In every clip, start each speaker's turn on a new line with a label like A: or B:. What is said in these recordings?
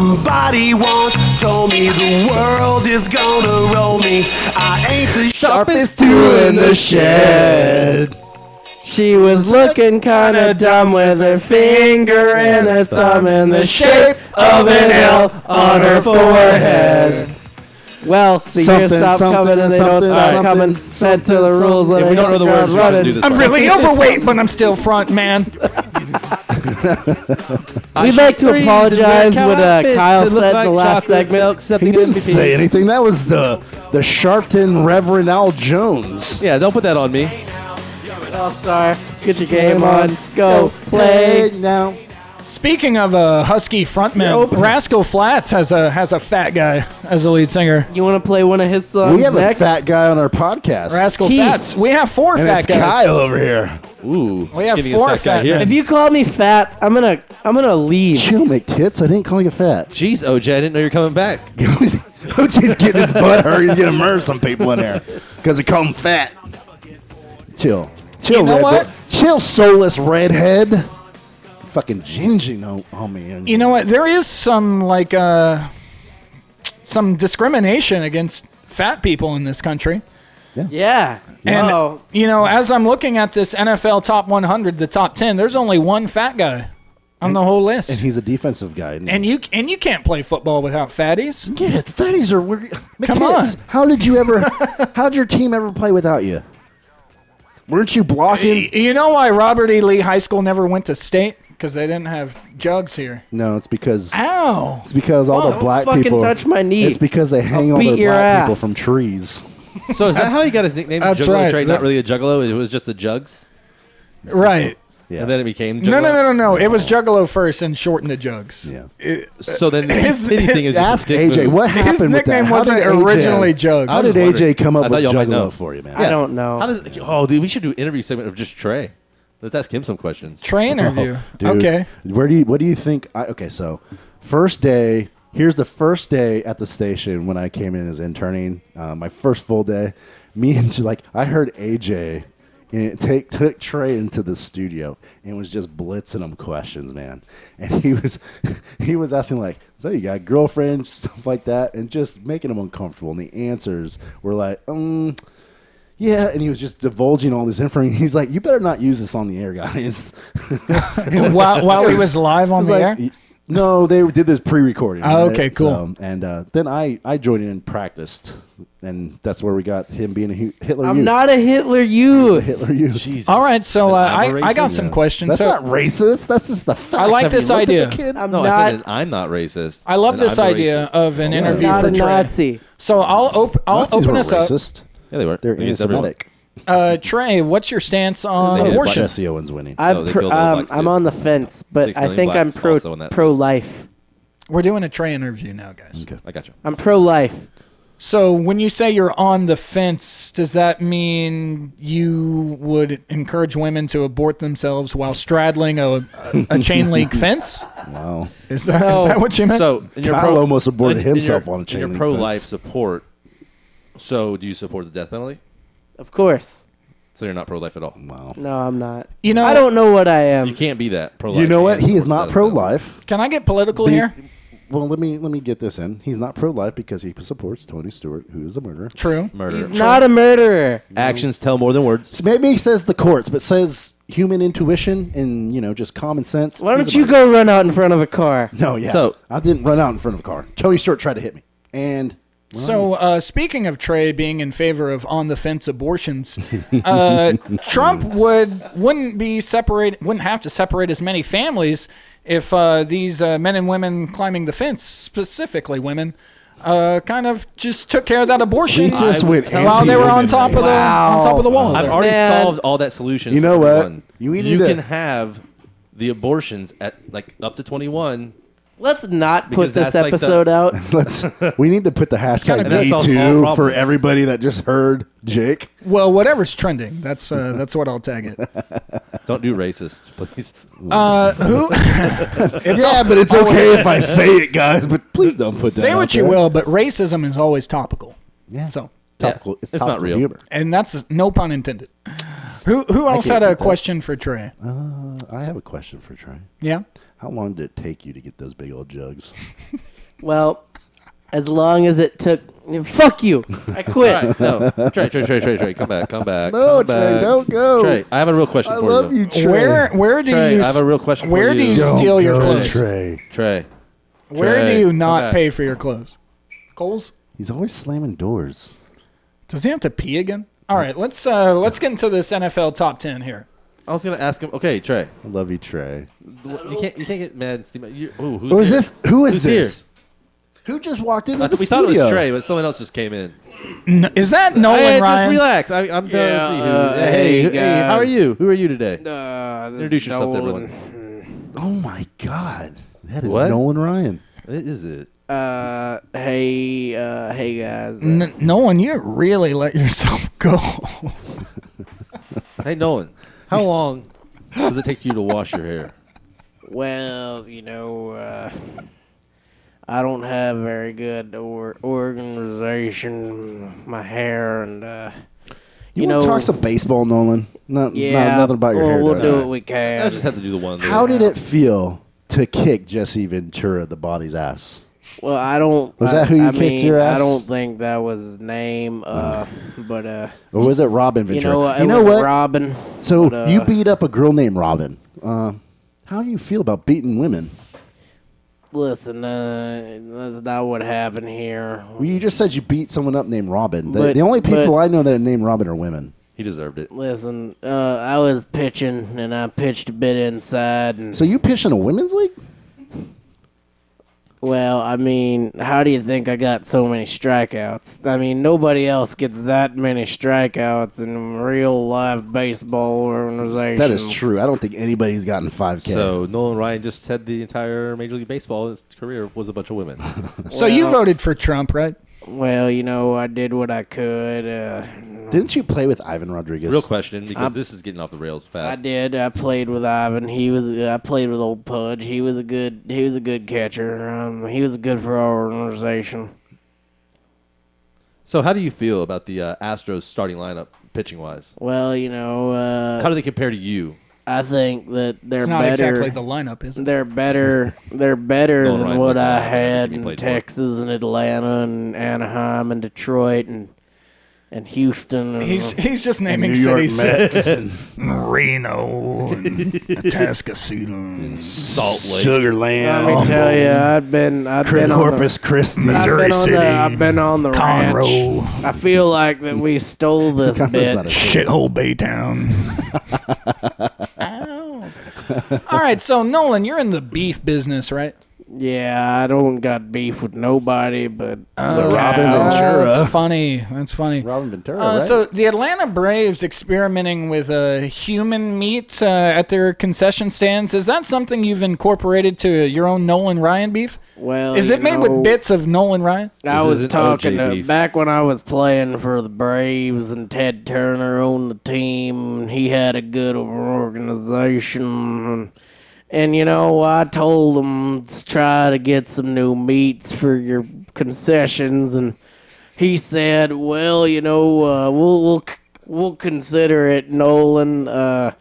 A: Somebody once told me the world is gonna roll me. I ain't the
B: Sharpest two in the shed. She was looking kinda dumb with her finger and her thumb in the shape of an L on her forehead. Well, the years
C: Something,
B: stop
C: something,
B: coming and they don't
C: something,
B: stop
C: something,
B: coming. Set to the
C: something,
B: rules and
C: something.
D: If
B: they
D: we don't know the
B: hit
D: words,
B: ground
D: we
B: running.
D: don't do this.
E: I'm
D: part.
E: really overweight, but I'm still front man.
B: We'd like to apologize when uh, Kyle said in
D: like
B: the last
D: chocolate
B: segment.
D: milk, except
C: He
D: the
C: didn't
D: MVPs.
C: say anything. That was the the Sharpton Reverend Al Jones.
D: Yeah, don't put that on me.
B: All star, get your game on, go play.
C: now.
E: Speaking of uh, husky frontman,
B: Nope.
E: Rascal Flats has a has a fat guy as the lead singer.
B: You want to play one of his songs
C: We have a
B: next?
C: fat guy on our podcast,
E: Rascal
B: Keith.
E: Flats. We have four
C: and
E: fat
C: it's
E: guys.
C: Kyle over here.
D: Ooh,
E: We have
D: skinny
E: four
D: as
E: fat
D: guy here.
E: men.
B: if you call me fat, I'm gonna I'm gonna leave.
C: Chill, McTits. I didn't call you fat.
D: Jeez, OJ, I didn't know you're coming back.
C: OJ's getting his butt hurt. He's gonna murder some people in here because they call him fat. Chill, chill,
E: You know
C: redhead.
E: what?
C: Chill, soulless redhead. Fucking ginger, no, homie.
E: You know what? There is some like uh, some discrimination against fat people in this country.
B: Yeah.
E: And
B: Oh,
E: you know, as I'm looking at this NFL top 100, the top 10, there's only one fat guy on the whole
C: and
E: list.
C: he's a defensive guy. isn't he?
E: And you and you can't play football without fatties.
C: Yeah, the fatties are weird.
E: Come
C: McTits,
E: on.
C: How did you ever? how'd your team ever play without you? Weren't you
E: Y-
C: blocking?
E: You know why Robert E. Lee High School never went to state? Because they didn't have jugs here.
C: No, it's because
E: Ow!
C: it's because all the
B: Don't
C: black
B: fucking
C: people.
B: touch my knee.
C: It's because they hang all
B: beat
C: their
B: your
C: black people
B: ass.
C: from trees.
D: So is that how he got his nickname?
E: That's
D: Juggalo
E: right.
D: Trade,
E: That-
D: not really a juggalo. It was just the jugs,
E: Right.
C: Yeah.
D: and then it became. Juggalo.
E: No, no, no, no, no. It was Juggalo first and shortened to Jugs.
C: Yeah.
D: So then the
E: His-
D: city thing is
C: Ask
D: just a dick
C: AJ
D: move.
C: what happened
E: His
C: with that.
E: nickname
C: How
E: wasn't
C: did AJ
E: originally Jugs.
C: How
D: I
C: did
D: was
C: AJ
D: wondering.
C: come
D: I
C: up
D: thought
C: with
D: y'all might know.
C: Juggalo for you, man?
B: I don't know.
D: How does? Oh, dude, we should do an interview segment of just Trey. Let's ask him some questions.
E: Train interview.
C: Dude,
E: okay.
C: Where do you what do you think I, okay, so first day here's the first day at the station when I came in as interning, uh, my first full day. Me and like I heard AJ and it take took Trey into the studio and was just blitzing him questions, man. And he was he was asking like, so you got a girlfriend, stuff like that, and just making him uncomfortable. And the answers were like, um, yeah, and he was just divulging all this information. He's like, "You better not use this on the air, guys."
E: While, while he was live on
C: It's
E: the
C: like,
E: air?
C: No, they did this pre-recording.
E: Oh, okay, cool.
C: So, and uh, then I I joined in and practiced, and that's where we got him being a Hu- Hitler.
B: I'm
C: Youth.
B: not a Hitler you.
C: Hitler Youth. Jeez,
E: All right, so uh,
D: I'm a
E: I, I got
D: racist?
E: some
D: Yeah.
E: questions.
C: that's
E: so
C: not racist. That's just the fact.
E: like
C: Have you
E: this
C: looked at the
E: idea.
C: kid?
B: I'm
D: No, I
B: not.
D: said an I'm not racist.
E: I love
D: An
E: this
D: I'm a
E: idea
D: racist.
E: of an
C: yeah.
E: interview
B: not
E: for
B: a
E: Trey.
B: Nazi.
E: So I'll op- I'll
C: Nazis
E: open
C: weren't
E: us up.
C: racist.
D: Yeah, they were.
C: They're
D: Against everyone.
C: anti-Semitic.
E: Uh, Trey, what's your stance on
D: They hated
E: abortion?
C: Jesse Owens winning.
B: I'm,
D: No, they
B: pro-
D: killed all
B: um,
D: blacks,
B: I'm
D: too.
B: on the fence, but
D: Six
B: I
D: million
B: think I'm
D: blacks
B: pro
D: also on that
B: pro
D: list.
B: life.
E: We're doing a Trey interview now, guys.
D: I got you.
B: I'm pro life.
E: So when you say you're on the fence, does that mean you would encourage women to abort themselves while straddling a, a, a chain link fence?
C: wow.
E: Is that, is that what you meant?
D: So in your
C: Kyle
D: pro,
C: almost aborted
D: in- in
C: himself
D: your-
C: on a chain
D: in your
C: link
D: pro-life
C: fence.
D: support. So do you support the death penalty?
B: Of course.
D: So you're not pro-life at all.
C: Wow.
B: No, I'm not.
E: you know,
B: I don't know what I
D: You
B: am.
D: can't be that pro-life.
C: You know what?
D: and
C: He is
D: support
C: not
D: the death penalty.
C: pro-life.
E: Can I get political
C: Be-
E: here?
C: Well, let me let me get this in. He's not pro-life because he supports Tony Stewart, who is a murderer.
E: True.
D: Murder.
B: He's not a murderer.
D: Actions tell more than words.
C: Maybe he says the courts, but says human intuition and you know just common sense.
B: Why
C: He's
B: don't
C: a
B: you
C: murderer.
B: go run out in front of a car?
C: No, yeah.
D: So-
C: I didn't run out in front of a car. Tony Stewart tried to hit me, and
E: So, uh, speaking of Trey being in favor of on the fence abortions, uh, Trump would wouldn't be separate wouldn't have to separate as many families if uh, these uh, men and women climbing the fence, specifically women, uh, kind of just took care of that abortion
C: he just
D: I would
C: went
D: tell-
E: while they were on
C: anti-women,
E: top of the
C: man.
E: on top of the wall.
D: I've
E: there.
D: already
B: Man.
D: solved all that solution.
C: You
D: for
C: know what?
D: everyone.
C: You
D: You,
C: either did.
D: can have the abortions at like up to 21,
B: Let's not put
D: Because
B: this
D: that's like the-
B: episode out.
C: Let's. we need to put the hashtag
D: kinda good.
C: Me
D: That solves all
C: Too
D: problems.
C: for everybody that just heard Jake.
E: well, whatever's trending, that's uh, that's what I'll tag it.
D: don't do racist, please.
E: Uh, who
C: yeah, but it's okay if I say it, guys. But please don't put that.
E: say
C: out
E: what you
C: there.
E: will, but racism is always topical.
C: Yeah.
E: So.
C: Topical.
D: Yeah. It's not
C: topical
D: real.
C: humor.
E: And that's no pun intended. Who who else
C: can't
E: had a
C: get that. Uh,
E: question for Trey?
C: I have a question for Trey.
E: Yeah.
C: How long did it take you to get those big old jugs?
B: Well, as long as it took. Fuck you! I quit.
D: No, Trey, Trey, Trey, Trey, Trey, come back, come back.
C: No,
D: come
C: Trey,
D: back.
C: don't go.
D: Trey, I have a real question for you. though.
E: Where where do
D: Trey,
E: you
D: I have a real question for
E: where do
D: you.
E: you
D: Don't
E: steal your clothes?
C: Trey.
D: Trey,
E: Where
D: Trey,
E: do you
D: come
E: not
D: back.
E: pay for your clothes? Coles?
C: He's always slamming doors.
E: Does he have to pee again? All right, let's uh, let's get into this NFL top ten here.
D: I was gonna ask him. Okay, Trey,
C: I love you, Trey.
D: you can't you can't get mad. Steve, you, ooh, who's
C: Who is
D: here?
C: this? Who is
D: Who's
C: this? Who just walked into
D: I
C: the
D: th- we
C: studio?
D: thought it was Trey, but someone else just came in.
E: N- Is that Nolan
D: hey, just
E: Ryan?
D: relax. I, I'm done.
B: Yeah,
D: see who,
B: uh,
D: hey,
B: hey,
D: hey, how are
B: guys.
D: you? Who are you today?
B: Uh, this
D: Introduce
B: is
D: yourself to
B: Nolan.
C: Oh my God, that is
D: What?
C: Nolan Ryan.
D: What is it?
B: Uh, hey, uh, hey guys. Uh,
E: N- Nolan, you really let yourself go.
D: Hey, Nolan, how long does it take you to wash your hair?
B: well, you know, uh, I don't have very good or organization. My hair and uh,
C: You,
B: You
C: want to
B: know-
C: talk some baseball, Nolan? No, no-
B: yeah,
C: nothing about your
B: well,
C: hair.
B: We'll
C: Doug.
B: do what we
D: I
B: can.
D: just have to do the one.
C: How
D: there.
C: did it feel to kick Jesse Ventura the body's ass?
B: Well, I don't.
C: Was
B: I-
C: that who you
B: I
C: kicked
B: mean,
C: your ass?
B: I don't think that was his name. Uh, but uh,
C: Or was it Robin
B: you
C: Ventura?
B: know, what, it was Robin.
C: so
B: but, uh,
C: you beat up a girl named Robin. Uh, how do you feel about beating women?
B: Listen, uh, that's not what happened here.
C: Well, you just said you beat someone up named Robin. The,
B: But-
C: the only people
B: but-
C: I know that are named Robin are women.
D: He deserved it.
B: Listen, uh, I was pitching and I pitched a bit inside, and
C: So you pitch in a women's league?
B: well, I mean, how do you think I got so many strikeouts? I mean, nobody else gets that many strikeouts in real life baseball organization.
C: That is true. I don't think anybody's gotten 5K.
D: So Nolan Ryan just had the entire Major League Baseball his career was a bunch of women.
E: so you
B: Well-
E: voted for Trump, right?
B: Well, you know, I did what I could. Uh,
C: Didn't you play with Ivan Rodriguez?
D: Real question, because
B: I'm-
D: this is getting off the rails
B: I
D: fast.
B: did. I played with Ivan. He was. uh, I played with old Pudge. He was a good. He was a good catcher. Um, he was good for our organization.
D: So how do you feel about the uh, Astros starting lineup pitching wise?
B: Well, you know, uh,
D: How do they compare to you?
B: I think that they're
E: It's not
B: better.
E: exactly the lineup, is it?
B: They're better. They're better
D: Nolan
B: than
D: Ryan
B: what
D: was
B: I
D: the lineup that
B: had
D: he
B: in
D: played for.
B: Texas and Atlanta and Anaheim and Detroit and and Houston. And
E: He's he's just naming
C: Uh-huh. New York Mets
E: cities.
C: and
E: Reno and Atascocita.
D: Salt Lake.
C: Sugar
B: let
C: Land,
B: me tell you, I've been I've been
C: Corpus Christi.
B: on the, I've been on
E: City,
B: the I've been on the ranch.
E: Conroe,
B: I feel like that we stole this
C: That was not a
B: bit.
C: thing.
E: Shithole Baytown. All right, so Nolan, you're in the beef business, right?
B: Yeah, I don't got beef with nobody, but
C: The Robin
E: Oh,
C: Ventura.
E: That's funny. That's funny.
C: Robin Ventura,
E: Uh,
C: right?
E: So the Atlanta Braves experimenting with uh, human meat uh, at their concession stands. Is that something you've incorporated to your own Nolan Ryan beef?
B: well,
E: Is
B: you
E: it made
B: know,
E: with bits of Nolan Ryan?
B: I
D: This
B: was
D: isn't
B: talking
D: OJ
B: to,
D: beef.
B: back when I was playing for the Braves and Ted Turner on the team. He had a good organization, and you know I told him to try to get some new meats for your concessions, and he said, "Well, you know uh, we'll we'll c- we'll consider it, Nolan." Uh,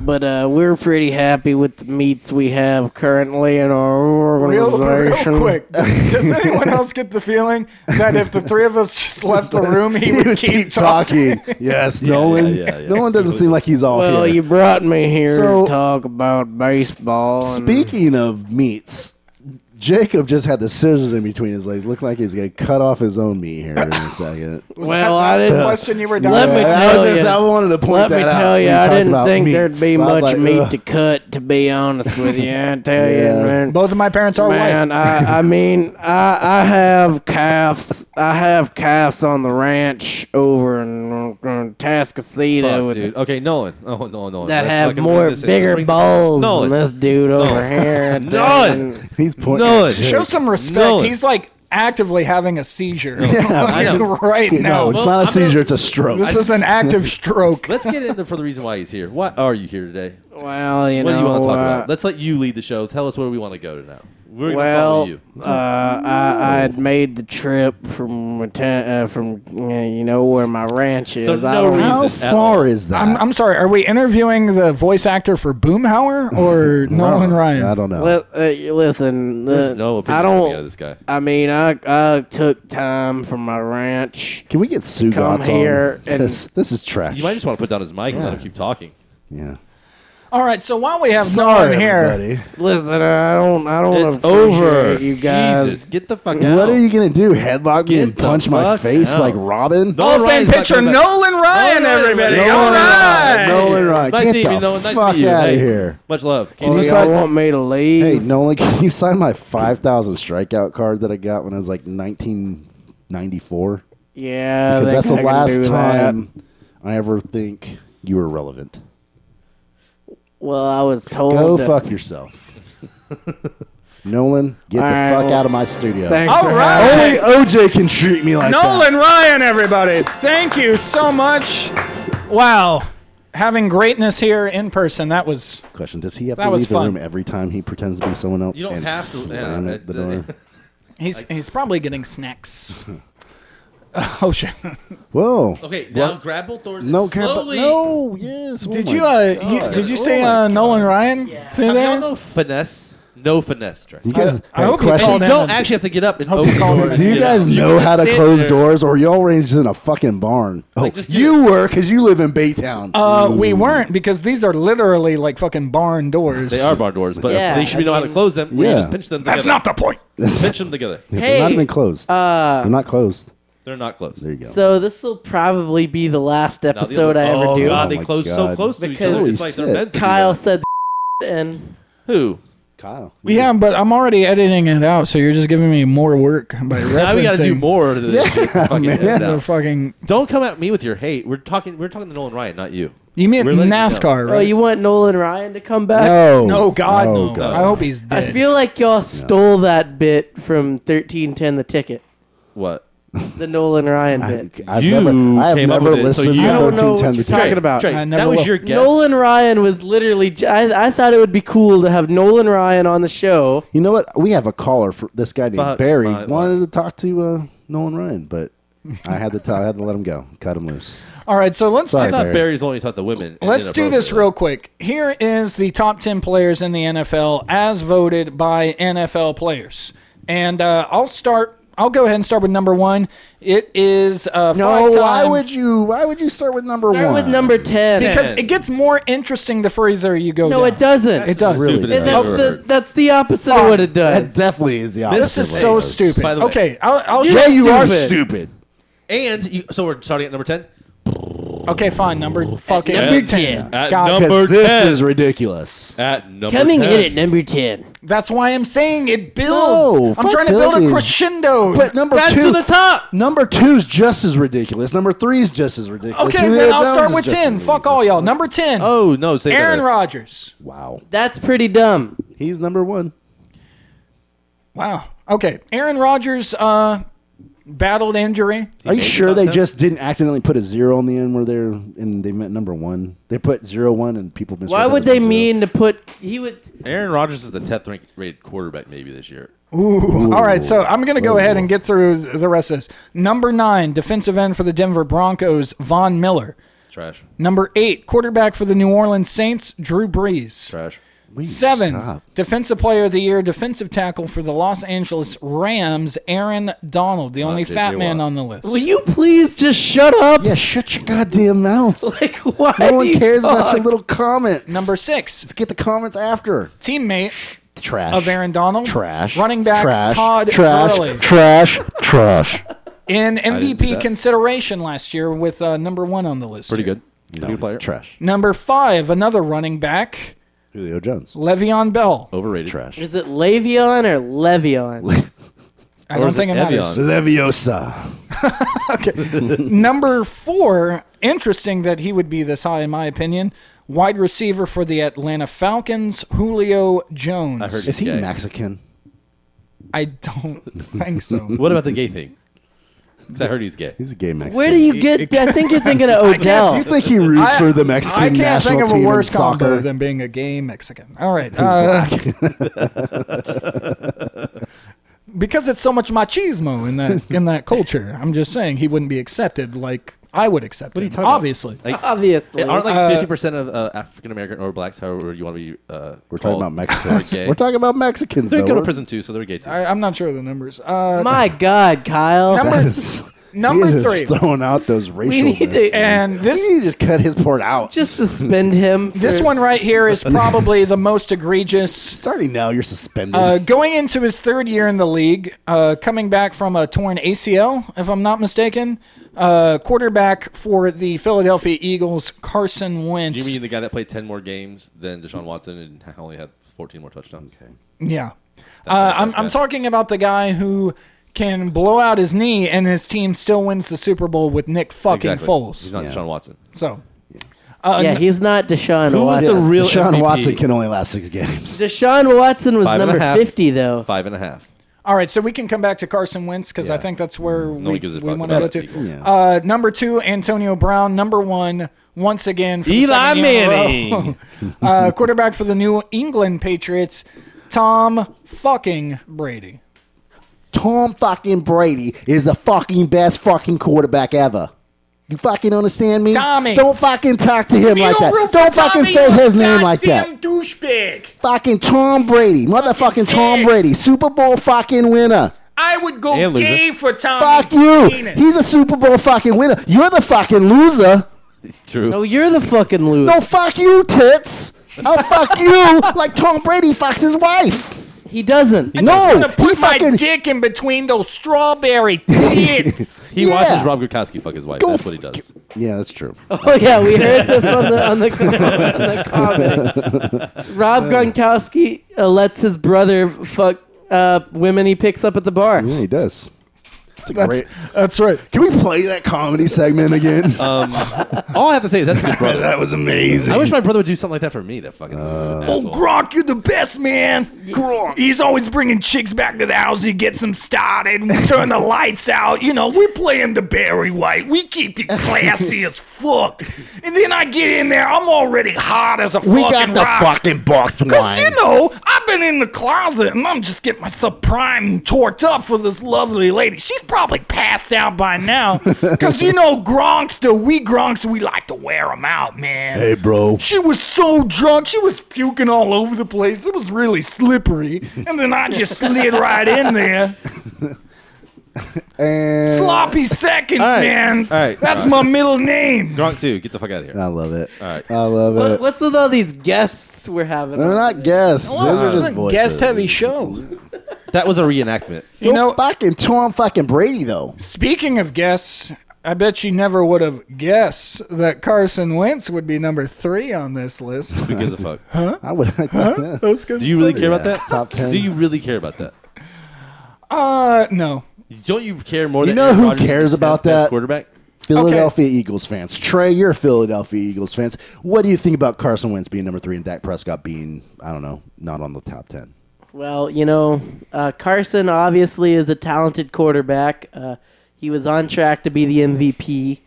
B: but uh, we're pretty happy with the meats we have currently in our
E: Real,
B: organization.
E: real quick, does, does anyone else get the feeling that if the three of us just left the room, he would keep talking?
C: yes, Nolan.
D: yeah, yeah, yeah.
C: Nolan doesn't seem like he's all
B: Well,
C: here.
B: you brought me here
C: So-
B: to talk about baseball. and-
C: Speaking of meats, Jacob just had the scissors in between his legs, looking like he's going to cut off his own meat here in a second.
B: well, I
E: That's the
B: didn't.
E: question you were
B: Let
E: dying
B: me
E: to-
C: I
B: tell
C: was just-
B: ya.
C: I wanted to
B: Let
C: point
B: me
C: that out
B: tell
C: when
B: you,
C: you
B: I
C: talked
B: didn't
C: about
B: think
C: meats.
B: there'd be
C: I was
B: much
C: like,
B: meat
C: ugh.
B: to cut. To be honest with you, I tell
C: Yeah.
B: you, man.
E: Both of my parents are
B: Man,
E: white.
B: I, I mean, I I have calves. I have calves on the ranch over in, in Tascasita
D: Fuck,
B: with
D: dude. Okay, Nolan. Oh, no, no.
B: that have more bigger balls
D: Nolan.
B: than this dude over here.
D: Nolan.
C: He's pointing.
D: Nolan.
C: at you.
E: Show some respect.
D: Nolan.
E: He's like actively having a seizure
D: I know.
E: right now.
C: No, it's not a seizure. It's a stroke.
E: This is an active stroke.
D: Let's get into for the reason why he's here. Why are you here today?
B: Well, you
D: What
B: know.
D: do you want to talk
B: uh,
D: about? Let's let you lead the show. Tell us where we want to go to now. We're
B: well,
D: going to follow you.
B: uh, I, I had made the trip from Mata- uh, from uh, you know where my ranch is.
D: So
B: I
D: no
B: don't-
D: reason.
C: How
D: Jesus,
C: far
D: Ellen.
C: is that?
E: I'm, I'm sorry. Are we interviewing the voice actor for Boomhauer or Nolan Ryan?
C: I don't know.
B: Li- uh, listen, the,
D: No
B: I
D: opinion coming out of
B: don't.
D: this guy.
B: I mean, I I took time from my ranch.
C: Can we get Sue
B: Come
C: Gotts
B: here
C: on?
B: and-
C: this, this is trash.
D: You might just want to put down his mic and let him keep talking.
C: yeah.
E: All right. So while we have
C: Sorry,
E: Nolan here,
C: everybody.
B: Listen, I don't. I don't.
D: It's
B: appreciate
D: over.
B: you guys.
D: Jesus, get the fuck out.
C: What are you gonna do? Headlock me
D: Get
C: and
D: the
C: punch my
D: fuck
C: face
D: out.
C: like Robin?
D: No,
E: Hall of Fame
D: Ryan's not
E: pitcher
D: coming back.
E: Nolan Ryan,
D: Nolan
E: everybody.
D: Ryan.
E: All
C: Nolan
E: right.
C: Ryan. Nolan Ryan.
D: Nice
C: Get
D: to meet you,
C: the
D: Nolan. Nice to
C: fuck
D: meet you.
C: outta
D: Hey,
C: here.
D: Much love. Keep
B: Oh,
D: it-
C: Jesus.
B: y'all want me to leave?
C: Hey, Nolan, can you sign my five thousand strikeout card that I got when I was like nineteen ninety four?
B: yeah,
C: Because
B: I think
C: that's the
B: I can do
C: last
B: that.
C: time I ever think you were relevant.
B: Well, I was told.
C: Go
B: to-
C: fuck yourself. Nolan, get
B: All
C: the
B: right,
C: fuck
B: well,
C: out of my studio.
B: Thanks
E: All
B: for
E: right.
B: having me.
C: Only OJ can treat me like
E: Nolan Ryan, everybody. Thank you so much. Wow. Having greatness here in person, that was.
C: that. Question: Does he have
E: That
C: to
E: was
C: leave the
E: fun.
C: room every time he pretends to be someone else
D: You don't
C: and
D: have to- Uh,
C: slam
D: yeah,
C: it
D: it-
C: the door?
E: He's he's probably getting snacks. oh shit!
C: Whoa!
D: Okay, now grab both doors. and
C: No, grab-
D: slowly.
C: no, yes. oh
E: Did
C: my
E: you uh you,
C: God.
E: did you
D: Oh
E: say
D: my
E: uh,
D: God.
E: Nolan Ryan through
D: Have y'all
E: there?
D: no finesse. No finesse, Trey.
C: You guys,
E: I- I
C: hey,
E: hope he
C: question.
E: called
D: And you
E: Well, then-
D: don't actually have to get up and open the door.
C: Do you guys know how to close doors, or y'all were just in a fucking barn? Oh,
D: just do
C: you were because you live in Baytown.
E: Uh, we weren't because these are literally like fucking barn doors.
D: They are barn doors, but
B: Yeah,
D: they should be
B: that's
D: know how to
B: what-
D: close them. Yeah. You
C: Yeah.
D: just pinch them together.
E: That's not the point.
D: Pinch them together.
C: They're not
B: Hey,
C: even closed.
B: Uh,
C: They're not closed.
D: They're not closed.
C: There you go.
B: so this will probably be the last
D: Now the
B: episode
D: other-
B: I ever
D: oh,
B: do.
D: God,
C: Oh,
D: they
C: my
D: close so
C: God.
D: close to each
B: Because-
D: other.
B: Holy
D: It's like they're
C: shit.
D: meant to be
B: Kyle
D: there.
B: said and
D: Who?
C: Kyle,
E: Yeah, but I'm already editing it out, so you're just giving me more work by referencing.
D: Now we got to do more to this. shit. Fucking
C: man.
D: edit
E: The
D: out.
E: fucking
D: Don't come at me with your hate. We're talking. We're talking to Nolan Ryan, not you.
E: you mean
D: We're letting you Oh, know.
E: NASCAR, right?
B: Oh, you want Nolan Ryan to come back?
C: No.
E: No, God, no.
C: God.
E: I hope he's
B: I
E: dead.
B: feel like y'all stole that bit from 1310 The Ticket,
D: What?
B: the Nolan Ryan bit.
C: I've
D: You
C: never, I have
D: came up
C: never
D: with it, so
C: listened
D: you-
C: to
D: I
B: don't know
C: 1310
B: what
C: to
B: you're
C: Tick.
B: talking about.
D: Trey,
E: I never
D: that was
E: will.
D: your guess.
B: Nolan Ryan was literally. j- I, I thought it would be cool to have Nolan Ryan on the show.
C: You know what? We have a caller for this guy named
D: Fuck
C: Barry
D: my
C: wanted to talk to uh, Nolan Ryan, but I had to tell, I had to let him go, cut him loose.
E: All right, so let's
C: Sorry.
D: I
E: do
D: thought
C: Barry.
D: Barry's only taught the women. and
E: let's do this
D: inappropriately.
E: real quick. Here is the top ten players in the NFL as voted by NFL players, and uh, I'll start. I'll go ahead and start with number one. It is uh,
C: No, why
E: five-time-
C: would you? Why would you start with number
B: Start
C: one?
B: with number 10.
E: Because
D: Man.
E: it gets more interesting the further you go.
B: no,
E: down.
B: it doesn't.
E: It does.
D: Stupid
C: Really?
D: thing I've
B: That's
D: ever
B: the,
D: heard.
B: that's the opposite of what it
C: that
B: does.
C: definitely is the opposite.
E: This is
C: of
E: so
C: what it is.
E: stupid.
D: By the way.
E: okay, I'll, I'll
C: Yeah,
E: show
C: you are
B: Stupid.
C: stupid.
D: And you, so we're starting at number ten.
E: Okay, fine. Number fucking
B: number 10.
D: At
E: God.
D: number
C: 'Cause this
D: 10.
C: is ridiculous.
D: At number
B: Coming
D: 10.
B: in at number 10.
E: That's why I'm saying it builds.
C: No,
E: I'm
C: fuck
E: trying to build a
C: building.
E: crescendo.
C: But number
D: Back
C: two,
D: to the top.
C: number two is just as ridiculous. Number three is just as ridiculous.
E: okay,
C: Julio
E: then I'll
C: Jones
E: start
C: is
E: with
C: just as
E: 10. Fuck all y'all. Number 10.
D: Oh no, say
E: Aaron
D: that.
E: Rodgers.
C: Wow,
B: That's pretty dumb.
C: he's number one.
E: Wow. Okay. Aaron Rodgers uh, battled injury.
C: Are you
D: made the
C: sure
D: top
C: they
D: 10?
C: just didn't accidentally put a zero on the end where they're and they meant number one? They put zero one and people.
B: Why
C: misread
B: would
C: that
B: they
C: as zero.
B: mean to put. He would.
D: Aaron Rodgers is the tenth ranked rated quarterback maybe this year.
E: All right, so I'm going to go ahead and get through the rest of this. Number nine, defensive end for the Denver Broncos, Von Miller.
D: Trash.
E: Number eight, quarterback for the New Orleans Saints, Drew Brees.
D: Trash.
C: Will you
E: Seven,
C: stop?
E: defensive player of the year, defensive tackle for the Los Angeles Rams, Aaron Donald, the only
D: J.J.
E: fat man
D: Watt.
E: on the list.
B: Will you please just shut up?
C: Yeah, shut your goddamn mouth.
B: Like, why?
C: No one
B: do you
C: cares about
B: talk?
C: your little comments.
E: Number six,
C: Let's get the comments after.
E: teammate
C: Trash.
E: of Aaron Donald,
C: Trash.
E: running back
C: Trash.
E: Todd
C: Trash.
E: Gurley.
C: Trash. Trash.
E: in
D: didn't do
E: MVP
D: that.
E: consideration last year with uh, number one on the list.
D: Pretty
E: here.
D: good.
C: No,
D: Pretty good
C: it's
D: player.
C: trash.
E: Number five, another running back,
C: Julio Jones.
E: Le'Veon Bell.
D: Overrated.
C: Trash.
B: Is it Le'Veon or Le'Veon?
E: I
D: Or
E: don't
D: is
E: think
D: it
E: it matters.
D: Le'Veon?
C: Leviosa.
E: Number four, interesting that he would be this high, in my opinion. Wide receiver for the Atlanta Falcons, Julio Jones.
D: I heard
C: Is he
D: Okay.
C: Mexican?
E: I don't think so.
D: What about the gay thing? 'Cause I heard he's gay.
C: He's a gay Mexican.
B: Where do you get? I think you're thinking of Odell.
C: You think he roots for the Mexican
E: Oh. I can't
C: national
E: think of a
C: team in
E: worse combo
C: soccer?
E: than being a gay Mexican. All right. uh, because it's so much machismo in that in that culture. I'm just saying he wouldn't be accepted like I would accept him.
D: talking about?
E: obviously.
D: Like, eh,
B: Obviously.
D: aren't
E: Uh,
D: like fifty percent of uh, African American or blacks, however you want to be? Uh,
C: We're talking
D: called,
C: about
D: are
C: Mexicans.
D: gay.
C: We're talking about Mexicans.
D: They
C: though.
D: go to
C: We're-
D: prison too, so they're gay too.
E: I, I'm not sure of the numbers. Uh,
B: My God, Kyle.
E: number
C: Yes.
E: number
C: he is
E: three.
C: throwing out those racial.
B: need to-
C: myths, man.
E: and this
C: we need to just cut his port out.
B: Just suspend him.
E: this
B: for-
E: one right here is probably the most egregious.
C: starting now, you're suspended.
E: Uh, going into his third year in the league, uh, coming back from a torn ACL, if I'm not mistaken, uh, quarterback for the Philadelphia Eagles, Carson Wentz.
D: you mean the guy that played ten more games than Deshaun Watson and only had fourteen more touchdowns? Okay.
E: Yeah. Uh, I'm, I'm talking about the guy who can blow out his knee and his team still wins the Super Bowl with Nick fucking
D: Exactly. He's
E: Foles.
D: not
C: Yeah.
D: Deshaun Watson.
E: So,
B: Yeah, he's not Deshaun
D: Who was
B: Watson.
D: the real
C: Sean
D: MVP?
C: Watson can only last six games.
B: Deshaun Watson was
D: Five and a
B: number
D: half.
B: 50, though.
D: Five and a half.
E: all right, so we can come back to Carson Wentz because I
C: Yeah.
E: think that's where we,
D: gives a
E: we
D: fuck
E: want to
D: about
E: go
D: that
E: to.
D: people.
C: Yeah.
E: Uh, number two, Antonio Brown. Number one, once again, for the
F: Eli
E: second year in a row.
F: Manning.
E: uh, quarterback for the New England Patriots, Tom fucking Brady.
C: Tom fucking Brady is the fucking best fucking quarterback ever. You fucking understand me?
E: Tommy.
C: Don't fucking talk to him like that. Don't fucking say his name like that.
E: douchebag.
C: Fucking Tom Brady. Motherfucking Tom
E: fix.
C: Brady. Super Bowl fucking winner.
E: I would go
D: And loser. gay
E: for Tom.
C: Fuck you. He's a Super Bowl fucking winner. You're the fucking loser.
D: True.
B: Oh, you're the fucking loser.
C: No, fuck you, tits. I'll fuck you like Tom Brady fucks his wife.
B: He doesn't.
C: No,
E: gonna
C: he
E: put my
C: fucking
E: dick in between those strawberry tits.
D: He
C: yeah.
D: watches Rob Gronkowski fuck his wife. That's what he does.
C: Yeah, that's true.
B: Oh yeah, we heard this on the on the, on the comedy. Rob Gronkowski uh, lets his brother fuck uh, women he picks up at the bar.
C: Yeah, he does. It's a
E: that's,
C: great.
E: that's right.
C: Can we play that comedy segment again?
D: All I have to say is that's a good brother.
C: that was amazing.
D: I wish my brother would do something like that for me. That fucking
E: Oh,
D: asshole.
E: Gronk, you're the best, man. Gronk. He's always bringing chicks back to the house. He gets them started. We turn the lights out. You know, we're playing the Barry White. We keep it classy as fuck. And then I get in there. I'm already hot as a
C: we
E: fucking
C: got the
E: rock.
C: fucking box
E: Cause
C: wine.
E: you know, I've been in the closet and I'm just getting myself primed and torqued up for this lovely lady. She's probably passed out by now. Cause you know, Gronkster, we Gronks, we like to wear 'em out, man.
C: hey, bro.
E: She was so drunk, she was puking all over the place. It was really slippery. And then I just slid right in there.
C: And
E: Sloppy seconds,
D: right.
E: man.
D: All right.
E: That's
D: All
E: my middle name.
D: Gronk too. Get the fuck out of here.
C: I love it.
D: All right.
C: I love it.
B: What, what's with all these guests we're having?
C: They're not guests. Those are just voices.
E: show.
D: That was a reenactment.
E: You know,
C: fucking Tom fucking Brady though.
E: Speaking of guests, I bet you never would have guessed that Carson Wentz would be number three on this list.
D: Who gives a fuck?
C: I would.
D: Do you really care about
C: Yeah,
D: that?
C: top 10.
D: Do you really care about that?
E: Uh, no.
D: Don't you care more?
C: You
D: than
C: know
D: Aaron
C: who
D: Rodgers is
C: cares
D: the
C: about
D: 10th best
C: that?
D: quarterback?
C: Philadelphia Eagles fans. Trey, you're Philadelphia Eagles fans. What do you think about Carson Wentz being number three and Dak Prescott being I don't know not on the top ten?
B: Well, you know, uh, Carson obviously is a talented quarterback. Uh, he was on track to be the MVP.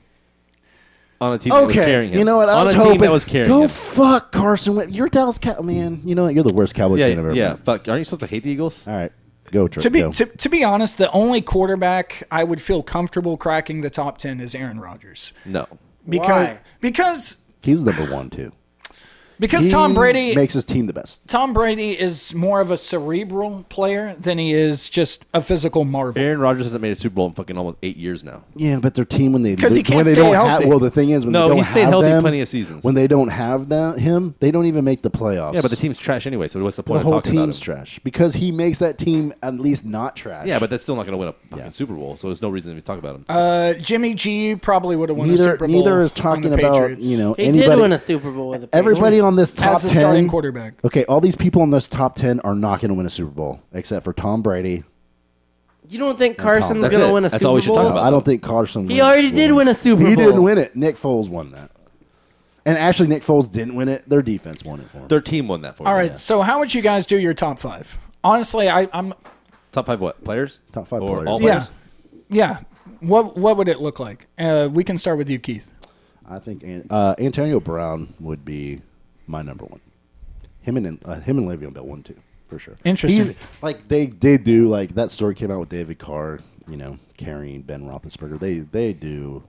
D: On a team that was carrying him.
C: you know what? I
D: on
C: was
D: a
C: hoping
D: team that was carrying
C: Go
D: him.
C: fuck Carson Wentz. You're Dallas Cow man. You know what? You're the worst Cowboys
D: Yeah,
C: fan I've ever
D: yeah.
C: been.
D: Fuck. Aren't you supposed to hate the Eagles?
C: All right, go Trey.
E: To be
C: go.
E: to, to be honest, the only quarterback I would feel comfortable cracking the top ten is Aaron Rodgers
D: No.
E: because
B: Why?
E: because
C: He's number one too.
E: because
C: He
E: Tom Brady
C: makes his team the best.
E: Tom Brady is more of a cerebral player than he is just a physical marvel.
D: Aaron Rodgers hasn't made a Super Bowl in fucking almost eight years now.
C: Yeah, but their team when they
E: 'Cause he
C: when
E: can't
C: they
E: stay
C: don't
E: healthy.
C: have well the thing is when
D: No,
C: they don't
D: he stayed
C: have
D: healthy
C: them-
D: plenty of seasons.
C: when they don't have that him they don't even make the playoffs.
D: Yeah, but the team's trash anyway. So what's the
C: the
D: point
C: whole
D: of talking about
C: team's
D: him?
C: trash because he makes that team at least not trash.
D: Yeah, but that's still not going to win a fucking
C: Yeah.
D: Super Bowl. So there's no reason to talk about him.
E: Uh, Jimmy G probably would have won a
C: neither
E: Super Bowl.
C: neither is
E: on the
C: talking about
E: Patriots
C: you know
B: He
C: anybody.
B: did win a Super Bowl with the
C: everybody on this top
E: as the
C: ten
E: starting quarterback.
C: Okay, all these people on this top ten are not going to win a Super Bowl except for Tom Brady.
B: You don't think Carson's
D: That's
B: going to
D: it.
B: win a
D: That's
B: Super
D: all we should
B: Bowl?
D: talk
C: No,
D: about
C: I don't
D: them.
C: think Carson.
B: He
C: Wentz
B: already did
C: will.
B: win a Super
C: He
B: Bowl.
C: didn't win it. Nick Foles won that. And actually, Nick Foles didn't win it. Their defense won it for him.
D: Their team won that for
E: All
D: him.
E: right. So how would you guys do your top five? Honestly, I, I'm
D: Top five what? Players?
C: Top five
D: or
C: players.
D: All
E: yeah,
D: players?
E: yeah. What what would it look like? Uh, we can start with you, Keith.
C: I think An- uh, Antonio Brown would be my number one. Him and uh, him and Le'Veon Bell one two for sure.
E: Interesting.
C: He- like they they do like that story came out with David Carr, you know, carrying Ben Roethlisberger. They they do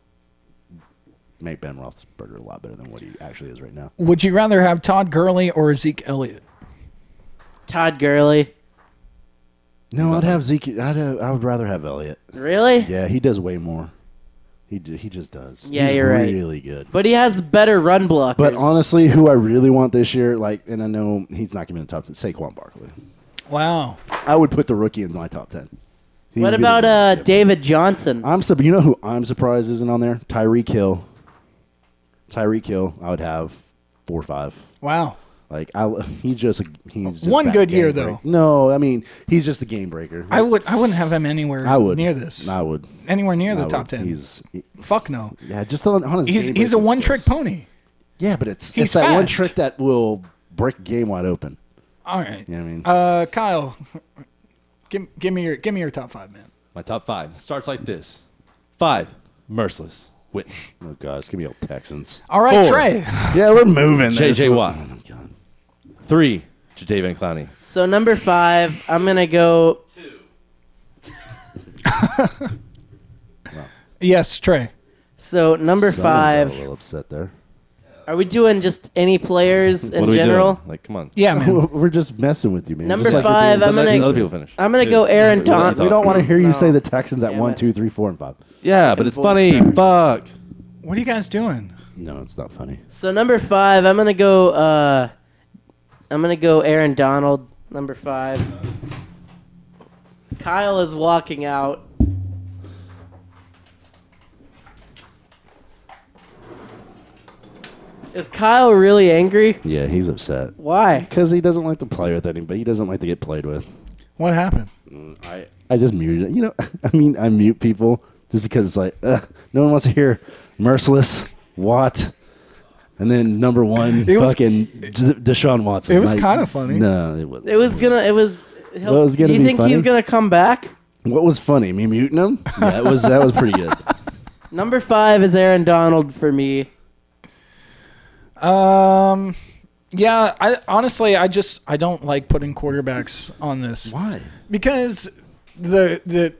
C: make Ben Roethlisberger a lot better than what he actually is right now.
E: Would you rather have Todd Gurley or Zeke Elliott?
B: Todd Gurley.
C: No, I'd have Zeke. I'd have, I would rather have Elliott.
B: Really?
C: Yeah, he does way more. He d- he just does.
B: Yeah,
C: He's
B: you're right.
C: Really good.
B: But he has better run blockers.
C: But honestly, who I really want this year, like, and I know he's not going to be in the top ten, Saquon Barkley.
E: Wow.
C: I would put the rookie in my top ten. He
B: what
C: would be the
B: about
C: one.
B: uh, David Johnson?
C: I'm sub. You know who I'm surprised isn't on there? Tyreek Hill. Tyreek Hill. I would have four or five.
E: Wow.
C: Like I, he's just a, he's just
E: One
C: that
E: good
C: game
E: year,
C: break-
E: though.
C: No, I mean he's just a game breaker.
E: I would I wouldn't have him anywhere
C: I would
E: near this.
C: I would
E: anywhere near
C: I
E: the
C: would.
E: top ten.
C: He's
E: Fuck no.
C: yeah, just on, on his.
E: He's
C: game
E: he's a
C: breaking
E: one trick
C: skills.
E: pony.
C: Yeah, but it's
E: He's
C: it's that one
E: fast.
C: trick that will break a game wide open.
E: All right.
C: You know what I mean?
E: Uh, Kyle, give give me your give me your top five, man.
D: My top five starts like this: five, merciless, Witten,
C: oh god, it's gonna be old Texans.
E: All right,
D: Four.
E: Trey.
C: Yeah, we're moving. this.
D: J.J. Watt.
C: Oh my god.
D: three, Jadavion Clowney,
B: so number five, I'm gonna go.
E: Yes, Trey.
B: So number
C: Son got A
B: five,
C: little upset there.
B: are we doing just any players
D: What
B: in
D: are we
B: general?
D: doing? Like, come on.
E: Yeah, man.
C: We're just messing with you, man.
B: Number
C: Just like we're
B: five,
C: doing-
B: I'm
D: Let
B: gonna-
D: other people finish.
B: I'm gonna
D: Dude,
B: go Aaron
D: we- we
B: Don-
D: let you talk.
C: We don't want to hear you
B: No.
C: say the Texans at
B: Damn
C: one,
B: it.
C: two, three, four, and five.
D: Yeah, but it's funny. Fuck.
E: What are you guys doing?
C: No, it's not funny.
B: So number five, I'm gonna go. Uh, I'm gonna go Aaron Donald. Number five. Kyle is walking out. Is Kyle really angry?
C: Yeah, he's upset
B: Why?
C: because he doesn't like to play with anybody. He doesn't like to get played with.
E: What happened?
C: I I just muted. it. You know, I mean, I mute people just because it's like ugh, no one wants to hear merciless Watt, and then number one
E: It was-
C: fucking D- Deshaun Watson.
E: it was
C: Like,
E: kinda funny.
C: No, it was.
B: It was gonna. It was. he'll-
C: Well, it was gonna
B: do you
C: be
B: think he's
C: funny.
B: gonna come back?
C: What was funny? Me muting him? Yeah, it was. That was pretty good.
B: Number five is Aaron Donald for me.
E: Um, yeah. I honestly, I just I don't like putting quarterbacks on this.
C: Why?
E: because the the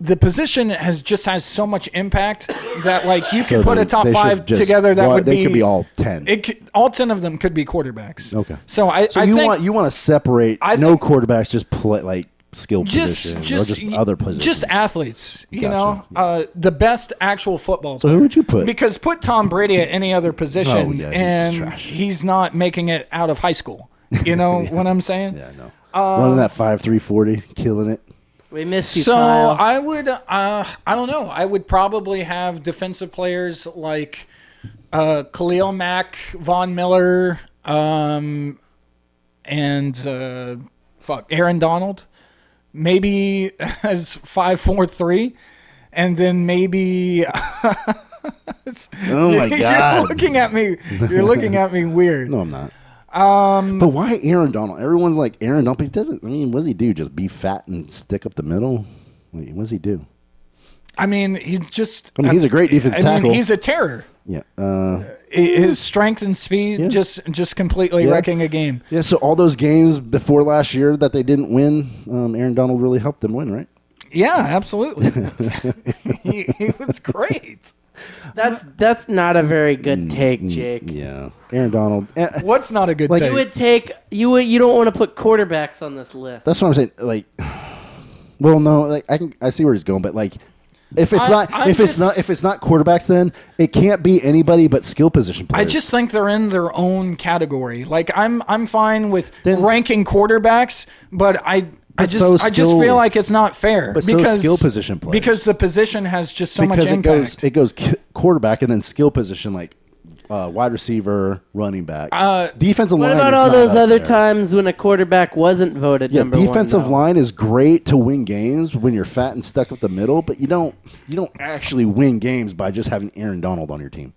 E: the position has just has so much impact that like you could put
C: they-
E: a top
C: they should
E: five
C: just-
E: together that
C: well,
E: would
C: they
E: be
C: could be all 10.
E: It could, all ten of them could be quarterbacks.
C: Okay.
E: So I
C: So
E: I
C: you
E: think
C: want you want to separate
E: I
C: no
E: think-
C: quarterbacks just play like skill
E: just
C: position
E: just,
C: or just other positions.
E: just athletes. You
C: Gotcha.
E: know, uh, the best actual football.
C: so who would you put?
E: because put Tom Brady at any other position
C: Oh, yeah, he's
E: and
C: trash.
E: he's not making it out of high school. You know what I'm saying?
C: yeah, no.
E: uh,
C: Running that five three forty, killing it.
B: We missed you,
E: so
B: Kyle.
E: I would, uh, I don't know. I would probably have defensive players like uh, Khalil Mack, Von Miller, um, and uh, fuck Aaron Donald, maybe as five four three, and then maybe.
C: Oh my
E: You're
C: god.
E: looking at me. You're looking at me weird.
C: No, I'm not. Um, but why Aaron Donald? Everyone's like Aaron Donald. But he doesn't. I mean, what does he do? Just be fat and stick up the middle? Like, what does he do?
E: I mean, he's just.
C: I mean, he's a great
E: I
C: defensive tackle.
E: mean, he's a terror.
C: yeah. Uh,
E: I- His strength and speed
C: Yeah.
E: just just completely
C: Yeah.
E: wrecking a game.
C: yeah. So all those games before last year that they didn't win, um, Aaron Donald really helped them win, right?
E: Yeah, absolutely. he, he was great.
B: that's that's not a very
C: Mm,
B: good take, Jake.
C: Yeah. Aaron Donald. eh,
E: What's not a good
C: Like-
E: take?
B: You would take you would you don't want to put quarterbacks on this list.
C: That's what I'm saying. Like, well, no, like I can I see where he's going, but like, if it's
E: I-
C: not
E: I'm
C: if it's
E: just-
C: not if it's not quarterbacks, then it can't be anybody but skill position
E: I
C: players.
E: just think they're in their own category. Like I'm I'm fine with
C: Then s-
E: ranking quarterbacks, but I I
C: But
E: just
C: so
E: I just
C: skill-
E: feel like it's not fair
C: But so skill position players.
E: because the position has just so
C: because
E: much
C: it
E: impact.
C: goes it goes ki- quarterback and then skill position like uh, wide receiver, running back,
E: Uh,
C: defensive
B: What
C: line.
B: about
C: is
B: all
C: not
B: those
C: up
B: other
C: there.
B: times when a quarterback wasn't voted
C: Yeah,
B: number
C: defensive
B: one? though?
C: line is great to win games when you're fat and stuck up the middle, but you don't you don't actually win games by just having Aaron Donald on your team.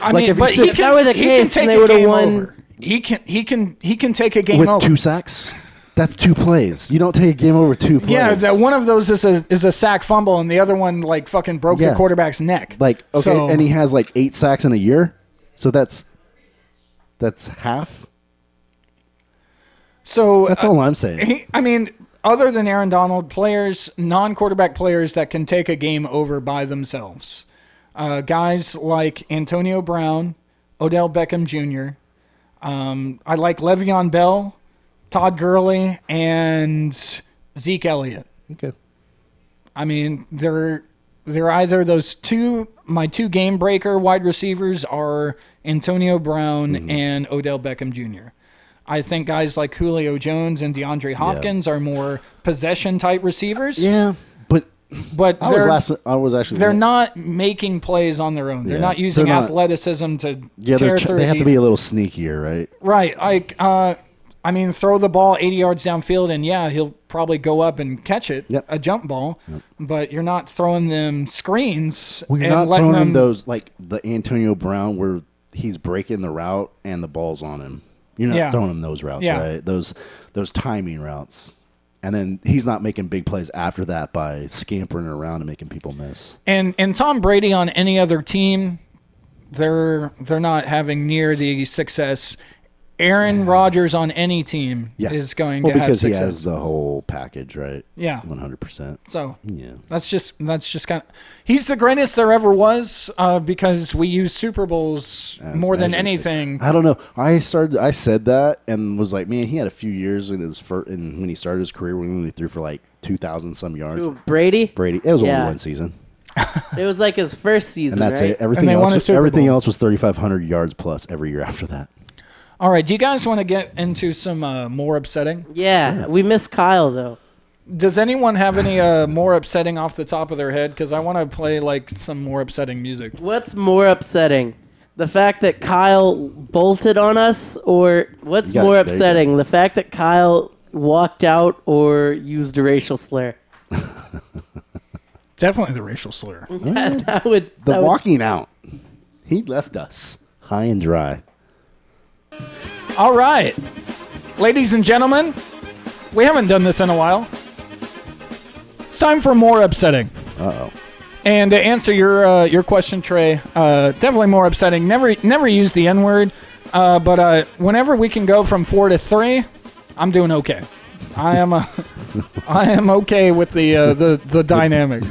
E: I
C: like,
E: mean,
C: if he
E: but
C: said-
E: he
C: If
E: can,
B: that were the
E: he
B: case,
E: can
B: then
E: take
B: they
E: a
B: would've
E: game
B: won-
E: over. He can he can he can take a game
C: With
E: over.
C: two sacks, That's two plays. You don't take a game over two plays.
E: Yeah, that one of those is a is a sack fumble, and the other one like fucking broke
C: Yeah.
E: the quarterback's neck.
C: Like okay,
E: So-
C: and he has like eight sacks in a year, so that's that's half.
E: so
C: That's
E: uh,
C: all I'm saying.
E: He, I mean, other than Aaron Donald, players, non-quarterback players that can take a game over by themselves, uh, guys like Antonio Brown, Odell Beckham Jr. Um, I like Le'Veon Bell, Todd Gurley, and Zeke Elliott.
C: Okay.
E: I mean, they're they're either those two. My two game breaker wide receivers are Antonio Brown
C: Mm-hmm.
E: and Odell Beckham Jr. I think guys like Julio Jones and DeAndre Hopkins are more possession type receivers.
C: Yeah, but
E: but
C: I was
E: they're,
C: last. I was actually.
E: they're not making plays on their own. They're
C: Yeah.
E: not using
C: They're not-
E: athleticism to
C: Yeah,
E: tear
C: they're
E: through
C: tr-
E: a
C: they have to be
E: defense.
C: a little sneakier, right?
E: Right. Like, uh, I mean, throw the ball 80 yards downfield, and yeah, he'll probably go up and catch it,
C: Yep.
E: a jump ball, but you're not throwing them screens.
C: Well, you're
E: and
C: not
E: letting
C: throwing him
E: them-
C: those like the Antonio Brown where he's breaking the route and the ball's on him. You're not
E: Yeah.
C: throwing him those routes,
E: Yeah.
C: right? Those those timing routes. And then he's not making big plays after that by scampering around and making people miss.
E: And, and Tom Brady on any other team, they're, they're not having near the success. Aaron Rodgers on any team
C: Yeah.
E: is going
C: well,
E: to have
C: because he
E: success.
C: has the whole package, right?
E: Yeah.
C: 100%.
E: so
C: Yeah.
E: That's just that's just kind of he's the greatest there ever was uh, because we use Super Bowls
C: As
E: more than
C: measures.
E: anything.
C: I don't know. I started. I said that and was like, man, he had a few years in his first, in when he started his career when he only threw for like two thousand some yards.
B: Brady?
C: Brady. It was
B: Yeah.
C: only one season,
B: It was like his first season,
C: and that's
B: right?
C: it. Everything
E: they won a
C: else,
E: Super
C: everything
E: Bowl.
C: else was thirty five hundred yards plus every year after that.
E: All right, do you guys want to get into some uh, more upsetting?
B: Yeah, we missed Kyle though.
E: Does anyone have any uh, more upsetting off the top of their head? Because I want to play like some more upsetting music.
B: What's more upsetting? The fact that Kyle bolted on us, or what's
C: You got it.
B: more
C: There you go.
B: upsetting? The fact that Kyle walked out or used a racial slur.
E: Definitely the racial slur.
B: that would
C: The
B: that would-
C: walking out, he left us high and dry.
E: All right, ladies and gentlemen, we haven't done this in a while. It's time for more upsetting.
C: Uh oh.
E: And to answer your uh, your question, Trey, uh, definitely more upsetting. Never never use the N word, uh, but uh, whenever we can go from four to three, I'm doing okay. I am uh, I am okay with the uh, the the dynamic.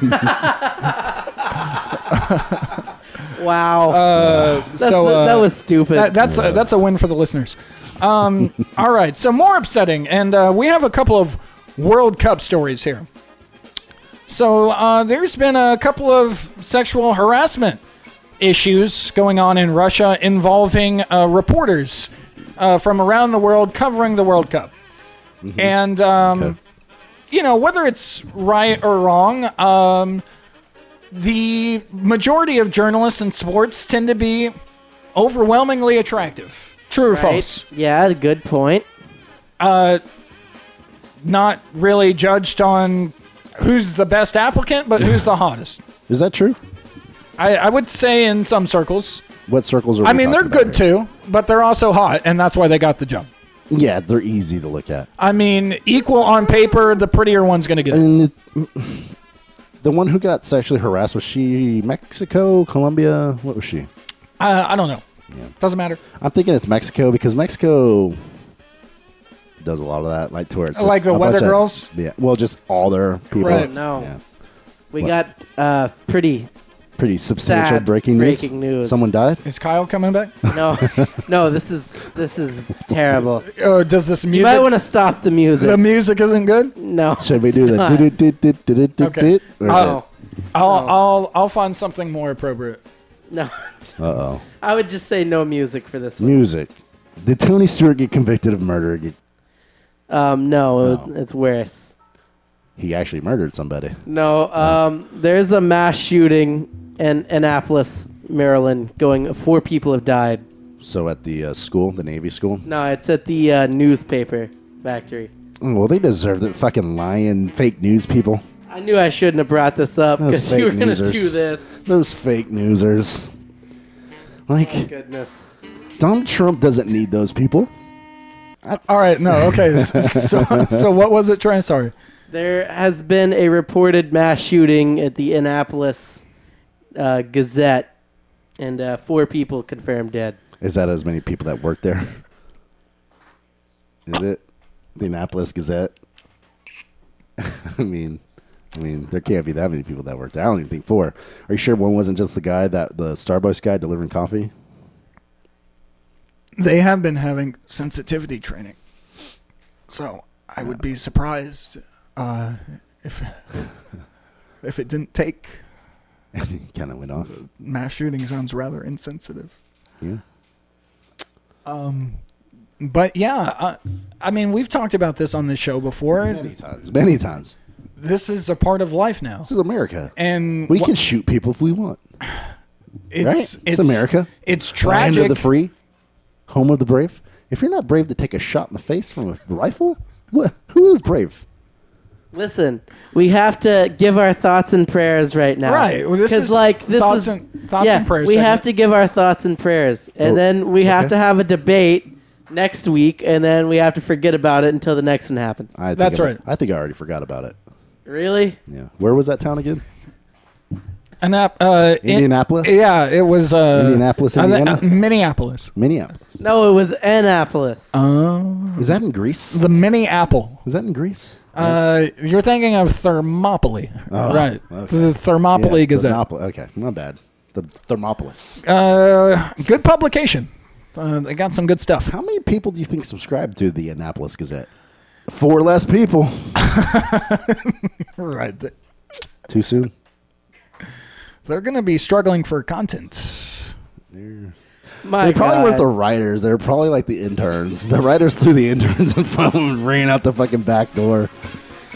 B: wow. that's,
E: Uh, so uh,
B: that was stupid.
E: that, that's a, that's a win for the listeners. Um, all right, so more upsetting, and uh, we have a couple of World Cup stories here. So uh, there's been a couple of sexual harassment issues going on in Russia involving uh, reporters uh, from around the world covering the World Cup, and um,
C: Mm-hmm. Okay.
E: you know whether it's right or wrong. Um, the majority of journalists in sports tend to be overwhelmingly attractive. True or
B: right?
E: false?
B: Yeah, good point.
E: Uh, not really judged on who's the best applicant, but who's the hottest.
C: Is that true?
E: I, I would say in some circles.
C: What circles are?
E: I
C: we
E: mean, they're
C: talking about
E: good
C: here?
E: too, but they're also hot, and that's why they got the job.
C: Yeah, they're easy to look at.
E: I mean, equal on paper, the prettier one's going to get it.
C: And it, the one who got sexually harassed was she Mexico, Colombia? What was she?
E: Uh, I don't know. Doesn't matter.
C: I'm thinking it's Mexico because Mexico does a lot of that, like to where it's
E: Like
C: just
E: the
C: a bunch
E: weather
C: of-
E: girls?
C: Yeah, well, just all their people.
E: Right.
B: No.
C: Yeah.
B: We
C: What?
B: got uh, pretty.
C: Pretty substantial
B: Sad
C: breaking news.
B: breaking news.
C: Someone died.
E: Is Kyle coming back?
B: No, no, this is this is terrible.
E: Uh, does this
B: You
E: music?
B: might want to stop the music.
E: the music isn't good.
B: no.
C: Should we do the do do do do do do
E: Okay.
C: do?
E: Oh.
C: Uh
E: I'll I'll I'll find something more appropriate.
B: No.
C: oh.
B: I would just say no music for this one.
C: Music. Did Tony Stewart get convicted of murder? He-
B: Um, no, it was-
C: No.
B: it's worse.
C: He actually murdered somebody.
B: No, um, there's a mass shooting in Annapolis, Maryland. Going, four people have died.
C: So at the uh, school, the Navy school.
B: No, it's at the uh, newspaper factory.
C: Mm, Well, they deserved it. Fucking lying, fake news people.
B: I knew I shouldn't have brought this up
C: Those
B: because you were
C: fake
B: gonna
C: newsers.
B: do this.
C: Those fake newsers. Like
B: Goodness.
C: Donald Trump doesn't need those people.
E: All right, no, okay. So, so what was it, Trey? Sorry.
B: There has been a reported mass shooting at the Annapolis uh, Gazette, and uh, four people confirmed dead.
C: Is that as many people that work there? Is it the Annapolis Gazette? I mean, I mean, there can't be that many people that work there. I don't even think four. Are you sure one wasn't just the guy that the Starbucks guy delivering coffee?
E: They have been having sensitivity training, so I would be surprised uh, if if it didn't take.
C: he kind of went off.
E: Mass shooting sounds rather insensitive.
C: Yeah.
E: But yeah, I, I mean, we've talked about this on this show before.
C: Many times. Many times.
E: This is a part of life now,
C: This is America.
E: and
C: we
E: wh-
C: can shoot people if we want.
E: It's,
C: right? It's America.
E: It's
C: Land
E: tragic.
C: of the free, home of the brave. If you're not brave to take a shot in the face from a rifle, wh- who is brave?
B: Listen, we have to give our thoughts and prayers right now.
E: Right, well, this
B: 'Cause,
E: is
B: like this
E: thoughts
B: is,
E: and- thoughts
B: yeah,
E: and prayers
B: We
E: segment.
B: have to give our thoughts and prayers, and
C: Oh,
B: then we have
C: okay.
B: to have a debate next week, and then we have to forget about it until the next one happens.
C: I think
E: That's
C: I-
E: right.
C: I think I already forgot about it.
B: Really?
C: Yeah. Where was that town again?
E: Annap- uh, in-
C: Indianapolis?
E: yeah, it was uh,
C: Indianapolis,
E: I thi-
C: Indiana?
E: uh, Minneapolis.
C: Minneapolis.
B: No, it was Annapolis.
C: Uh,
E: Oh,
C: Is that in Greece?
E: the mini apple.
C: Is that in Greece?
E: Uh, you're thinking of Thermopylae,
C: Oh,
E: right?
C: okay.
E: The Thermopylae
C: Yeah,
E: Gazette.
C: Thermopylae. Okay, my bad. The Thermopolis.
E: uh, good publication. Uh, they got some good stuff.
C: How many people do you think subscribe to the Annapolis Gazette? Four less people.
E: Right,
C: Too soon.
E: they're going to be struggling for content.
B: My
C: They probably weren't
B: God.
C: the writers. They were probably like the interns. The writers threw the interns in front of them and ran out the fucking back door.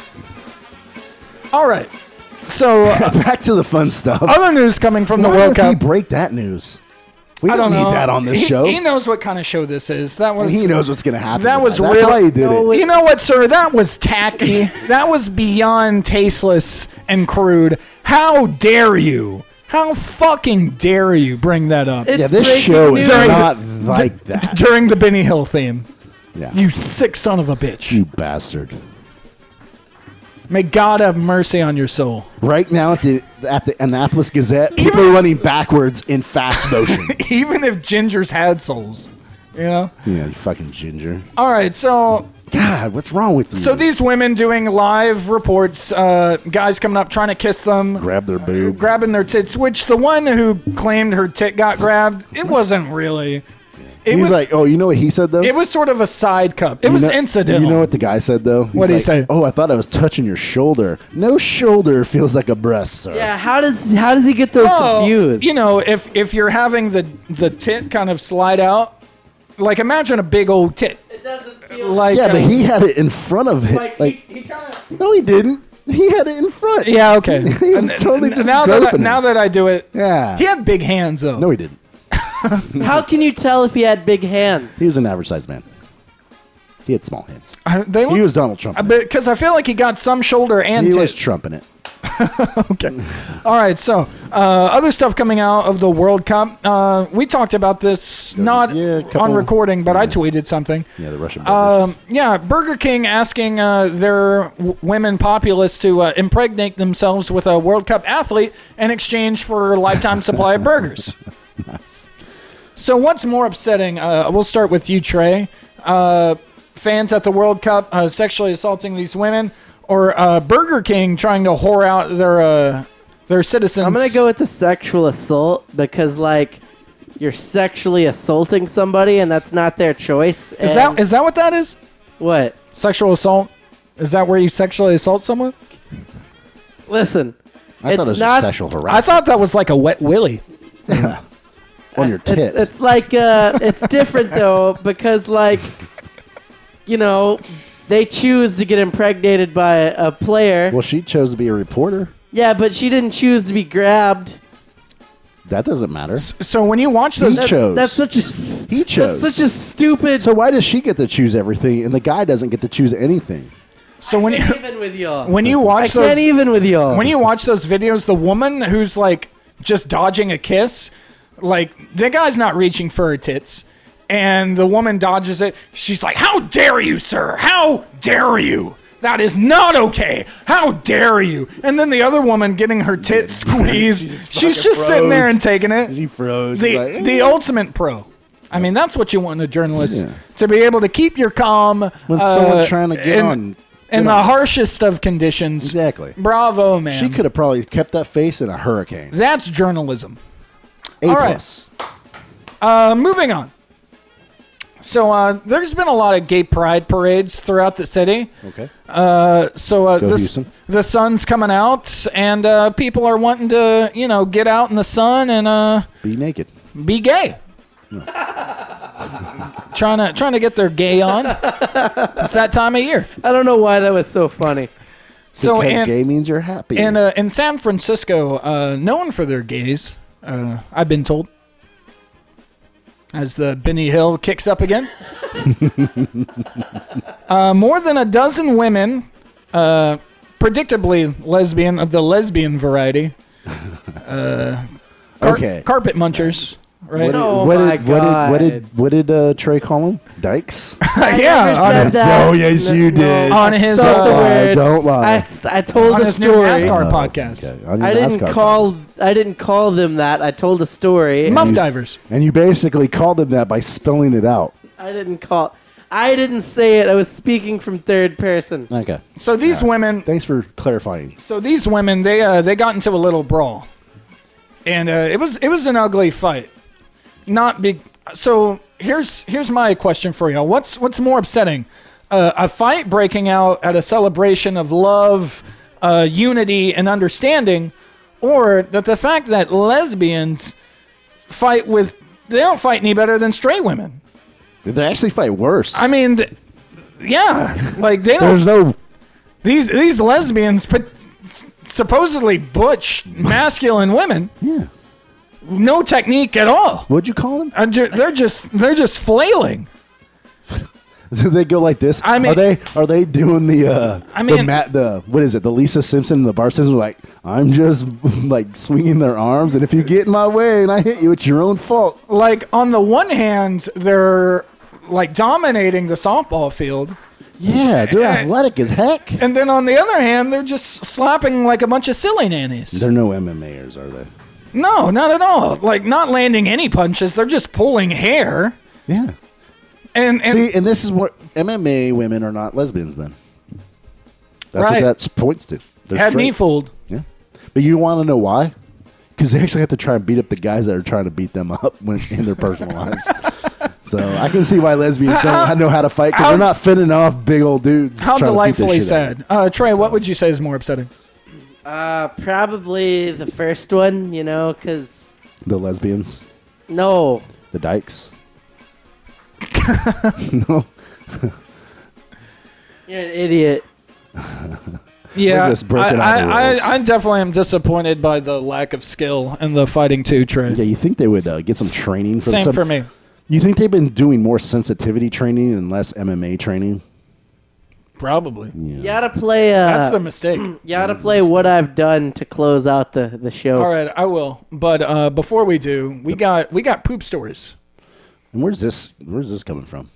E: All right. So, uh,
C: Back to the fun stuff.
E: other news coming from the
C: Why
E: World
C: does he
E: Cup.
C: break that news? We
E: I
C: don't,
E: don't
C: need
E: know.
C: that on this
E: He-
C: show.
E: He knows what kind of show this is. That was
C: He knows what's going to happen.
E: That was
C: That's
E: real-
C: why he did
B: No,
C: it.
B: wait.
E: You know what, sir? That was tacky. that was beyond tasteless and crude. How dare you? How fucking dare you bring that up
B: It's
C: Yeah, this
B: breaking
C: show is
B: news.
E: During
C: not
E: the-
C: like that.
E: during the Benny Hill theme?
C: yeah.
E: You sick son of a bitch.
C: you bastard.
E: May God have mercy on your soul.
C: Right now at the at the Annapolis Gazette, people are running backwards in fast motion.
E: Even if gingers had souls, you know.
C: yeah, you fucking ginger.
E: All right, so
C: God, what's wrong with you?
E: so these women doing live reports, uh, guys coming up trying to kiss them.
C: grab their boob.
E: grabbing their tits, which the one who claimed her tit got grabbed, it wasn't really. It
C: He was
E: was
C: like, "Oh, you know what he said though."
E: it was sort of a side cup. It
C: You
E: was
C: know-
E: incidental.
C: You know what the guy said though? He's
E: What'd he
C: like,
E: say?
C: Oh, I thought I was touching your shoulder. No shoulder feels like a breast, sir.
B: Yeah, how does how does he get those
E: Oh,
B: confused?
E: you know, if if you're having the the tit kind of slide out, like imagine a big old tit.
B: it doesn't feel
E: Like
C: Yeah,
E: uh,
C: but he had it in front of him. Like,
E: he kind of
C: no, he didn't. He had it in front.
E: yeah okay.
C: He was
E: And-
C: totally
E: n-
C: just
E: now that I,
C: groping it.
E: now that I do it,
C: Yeah.
E: he had big hands though.
C: No, he didn't.
B: How can you tell if he had big hands?
C: He was an average sized man. He had small hands.
E: I- they
C: He was Donald Trump.
E: because I feel like he got some shoulder and
C: He
E: tit.
C: was trumping it.
E: Okay. All right. So, uh, other stuff coming out of the World Cup. Uh, we talked about this not
C: yeah, a couple-
E: on recording, but I tweeted something.
C: Yeah, the Russian.
E: Um, yeah, Burger King asking uh, their w- women populace to uh, impregnate themselves with a World Cup athlete in exchange for a lifetime supply of burgers.
C: Nice.
E: So, what's more upsetting? Uh, we'll start with you, Trey. Uh, fans at the World Cup uh, sexually assaulting these women, or uh, Burger King trying to whore out their uh, their citizens?
B: I'm gonna go with the sexual assault because like you're sexually assaulting somebody and that's not their choice.
E: Is that is that what that is?
B: what?
E: Sexual assault? Is that where you sexually assault someone?
B: Listen,
C: I thought
B: it's
C: it was
B: not-
C: just sexual harassment.
E: I thought that was like a wet willy.
C: on your tit.
B: it's, it's like uh, it's different though because like you know they choose to get impregnated by a, a player.
C: well, she chose to be a reporter.
B: Yeah, but she didn't choose to be grabbed.
C: That doesn't matter.
E: So when you watch
C: He
E: those,
C: chose.
B: That's such a
C: he
B: that's
C: chose.
B: such a stupid.
C: so why does she get to choose everything and the guy doesn't get to choose anything?
E: so when you
B: I can't even with y'all.
E: when you
B: I
E: watch those
B: can't even with y'all.
E: when you watch those videos, the woman who's like just dodging a kiss, like the guy's not reaching for her tits, and the woman dodges it. She's like, How dare you, sir? How dare you? That is not okay. How dare you? And then the other woman getting her tits squeezed.
C: just
E: she's
C: fucking
E: just sitting there
C: froze.
E: and taking it
C: She froze.
E: the
C: She's like, eh.
E: the ultimate pro. I mean, that's what you want in a journalist
C: Yeah.
E: to be able to keep your calm uh,
C: When someone's trying to get
E: in,
C: on- get
E: in the
C: on.
E: harshest of conditions.
C: Exactly.
E: Bravo, man.
C: She could have probably kept that face in a hurricane.
E: That's journalism.
C: A
E: All right.
C: plus.
E: Uh, moving on. So uh, there's been a lot of gay pride parades throughout the city.
C: Okay.
E: Uh, so uh,
C: Go
E: this,
C: Houston.
E: the sun's coming out, and uh, people are wanting to, you know, get out in the sun and uh,
C: Be naked.
E: be gay. trying to trying to get their gay on. It's that time of year.
B: I don't know why that was so funny.
E: So
C: because
E: in
C: gay means you're happy.
E: in, uh, in San Francisco, uh, known for their gays, uh, I've been told. As the Benny Hill kicks up again, uh, more than a dozen women, uh, predictably lesbian of the lesbian variety, uh, car-
C: okay.
E: carpet munchers, right?
C: What did-
B: Oh
C: what
B: my
C: did, what did, what did
B: God.
C: what did uh, Trey call him? Dykes.
E: yeah,
B: never
E: on
B: said
E: it.
B: that.
C: Oh, yes,
B: N-
C: you
B: no,
C: did.
E: On his,
B: Don't
E: uh,
B: the word.
C: don't lie.
B: I, I told
E: On
B: a
E: his new
B: story.
E: NASCAR podcast.
C: Oh, okay. On your
B: I didn't
C: NASCAR
B: call. I didn't call them that. I told a story.
E: Muff divers.
C: And you basically called him that by spelling it out.
B: I didn't call. I didn't say it. I was speaking from third person.
C: Okay.
E: So these women,
C: Thanks for clarifying.
E: so these women, they uh, they got into a little brawl, and uh, it was it was an ugly fight. Not big. So here's here's my question for y'all. What's what's more upsetting, uh, a fight breaking out at a celebration of love, uh, unity, and understanding, or that the fact that lesbians fight with they don't fight any better than straight women.
C: They actually fight worse.
E: I mean, th- yeah, like they don't.
C: there's no
E: these these lesbians put supposedly butch masculine women
C: yeah.
E: no technique at all
C: What'd you call him?
E: Are ju- they're just they're just flailing
C: Do they go like this?
E: I mean-
C: are they are they doing the uh
E: I
C: the
E: mean-
C: Matt the what is it the Lisa Simpson and the Bart Simpson like I'm just like swinging their arms and if you get in my way and I hit you it's your own fault.
E: like on the one hand they're like dominating the softball field
C: Yeah, they're athletic as heck.
E: and then on the other hand they're just slapping like a bunch of silly nannies
C: They're no MMAers, are they?
E: no not at all like not landing any punches they're just pulling hair
C: Yeah.
E: and, and
C: See, and this is what MMA women are not lesbians then. That's
E: Right.
C: what that points to. They're
E: had me
C: straight.
E: fooled
C: Yeah. But you want to know why? Because they actually have to try and beat up the guys that are trying to beat them up when, in their personal lives. So I can see why lesbians don't know how to fight because
E: how-
C: they're not fending off big old dudes.
E: how
C: trying to beat the
E: delightfully
C: shit out of
E: sad uh, trey what would you say is more upsetting
B: Uh, probably the first one. You know, because
C: them. The lesbians,
B: no,
C: the dykes.
B: you're an idiot.
E: Yeah,
C: Look at this broken
E: I, I,
C: eyeballs.
E: I, I definitely am disappointed by the lack of skill and the fighting too, Trey.
C: Yeah, you think they would uh, get some training? From
E: Same
C: some,
E: for me.
C: You think they've been doing more sensitivity training and less MMA training?
E: Probably.
B: You gotta play. Uh,
E: That's the mistake.
C: Oh.
B: you gotta play what I've done to close out the the show.
E: All right, I will. But uh, before we do, we got we got poop stories.
C: And where's this? Where's this coming from?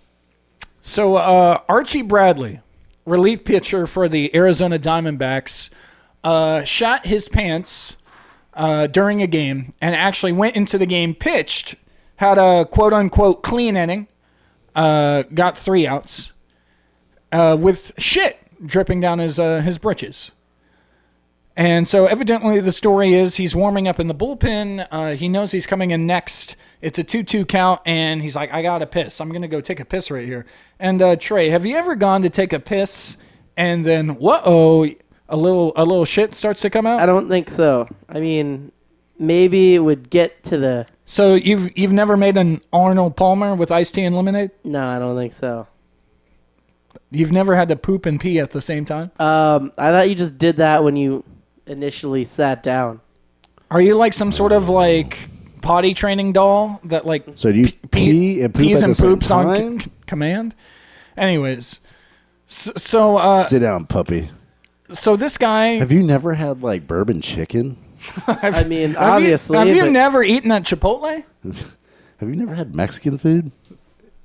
E: So uh, Archie Bradley, relief pitcher for the Arizona Diamondbacks, uh, shot his pants uh, during a game and actually went into the game pitched, had a quote unquote clean inning, uh, got three outs, uh, with shit dripping down his uh, his britches. And so, evidently, the story is he's warming up in the bullpen. Uh, he knows he's coming in next. It's a 2 2 count, and he's like, I got to piss. I'm going to go take a piss right here. And, uh, Trey, have you ever gone to take a piss and then, whoa, oh, a little, a little shit starts to come
B: I
E: out?
B: don't think so. I mean, maybe it would get to the.
E: So, you've, you've never made an Arnold Palmer with iced tea and lemonade?
B: No, I don't think so.
E: You've never had to poop and pee at the same time?
C: Uh,
B: Um, I thought you just did that when you initially sat down.
E: Are you like some sort of like potty training doll that, like,
C: So do you pee and poop
E: pees
C: at the
E: and
C: same
E: poops on c-
C: time?
E: c- command. Anyways, so, so uh,
C: Sit down, puppy.
E: so this guy.
C: Have you never had like bourbon chicken?
B: I mean,
E: have you-
B: obviously.
E: have you,
B: but
E: never eaten at Chipotle?
C: Have you never had Mexican food?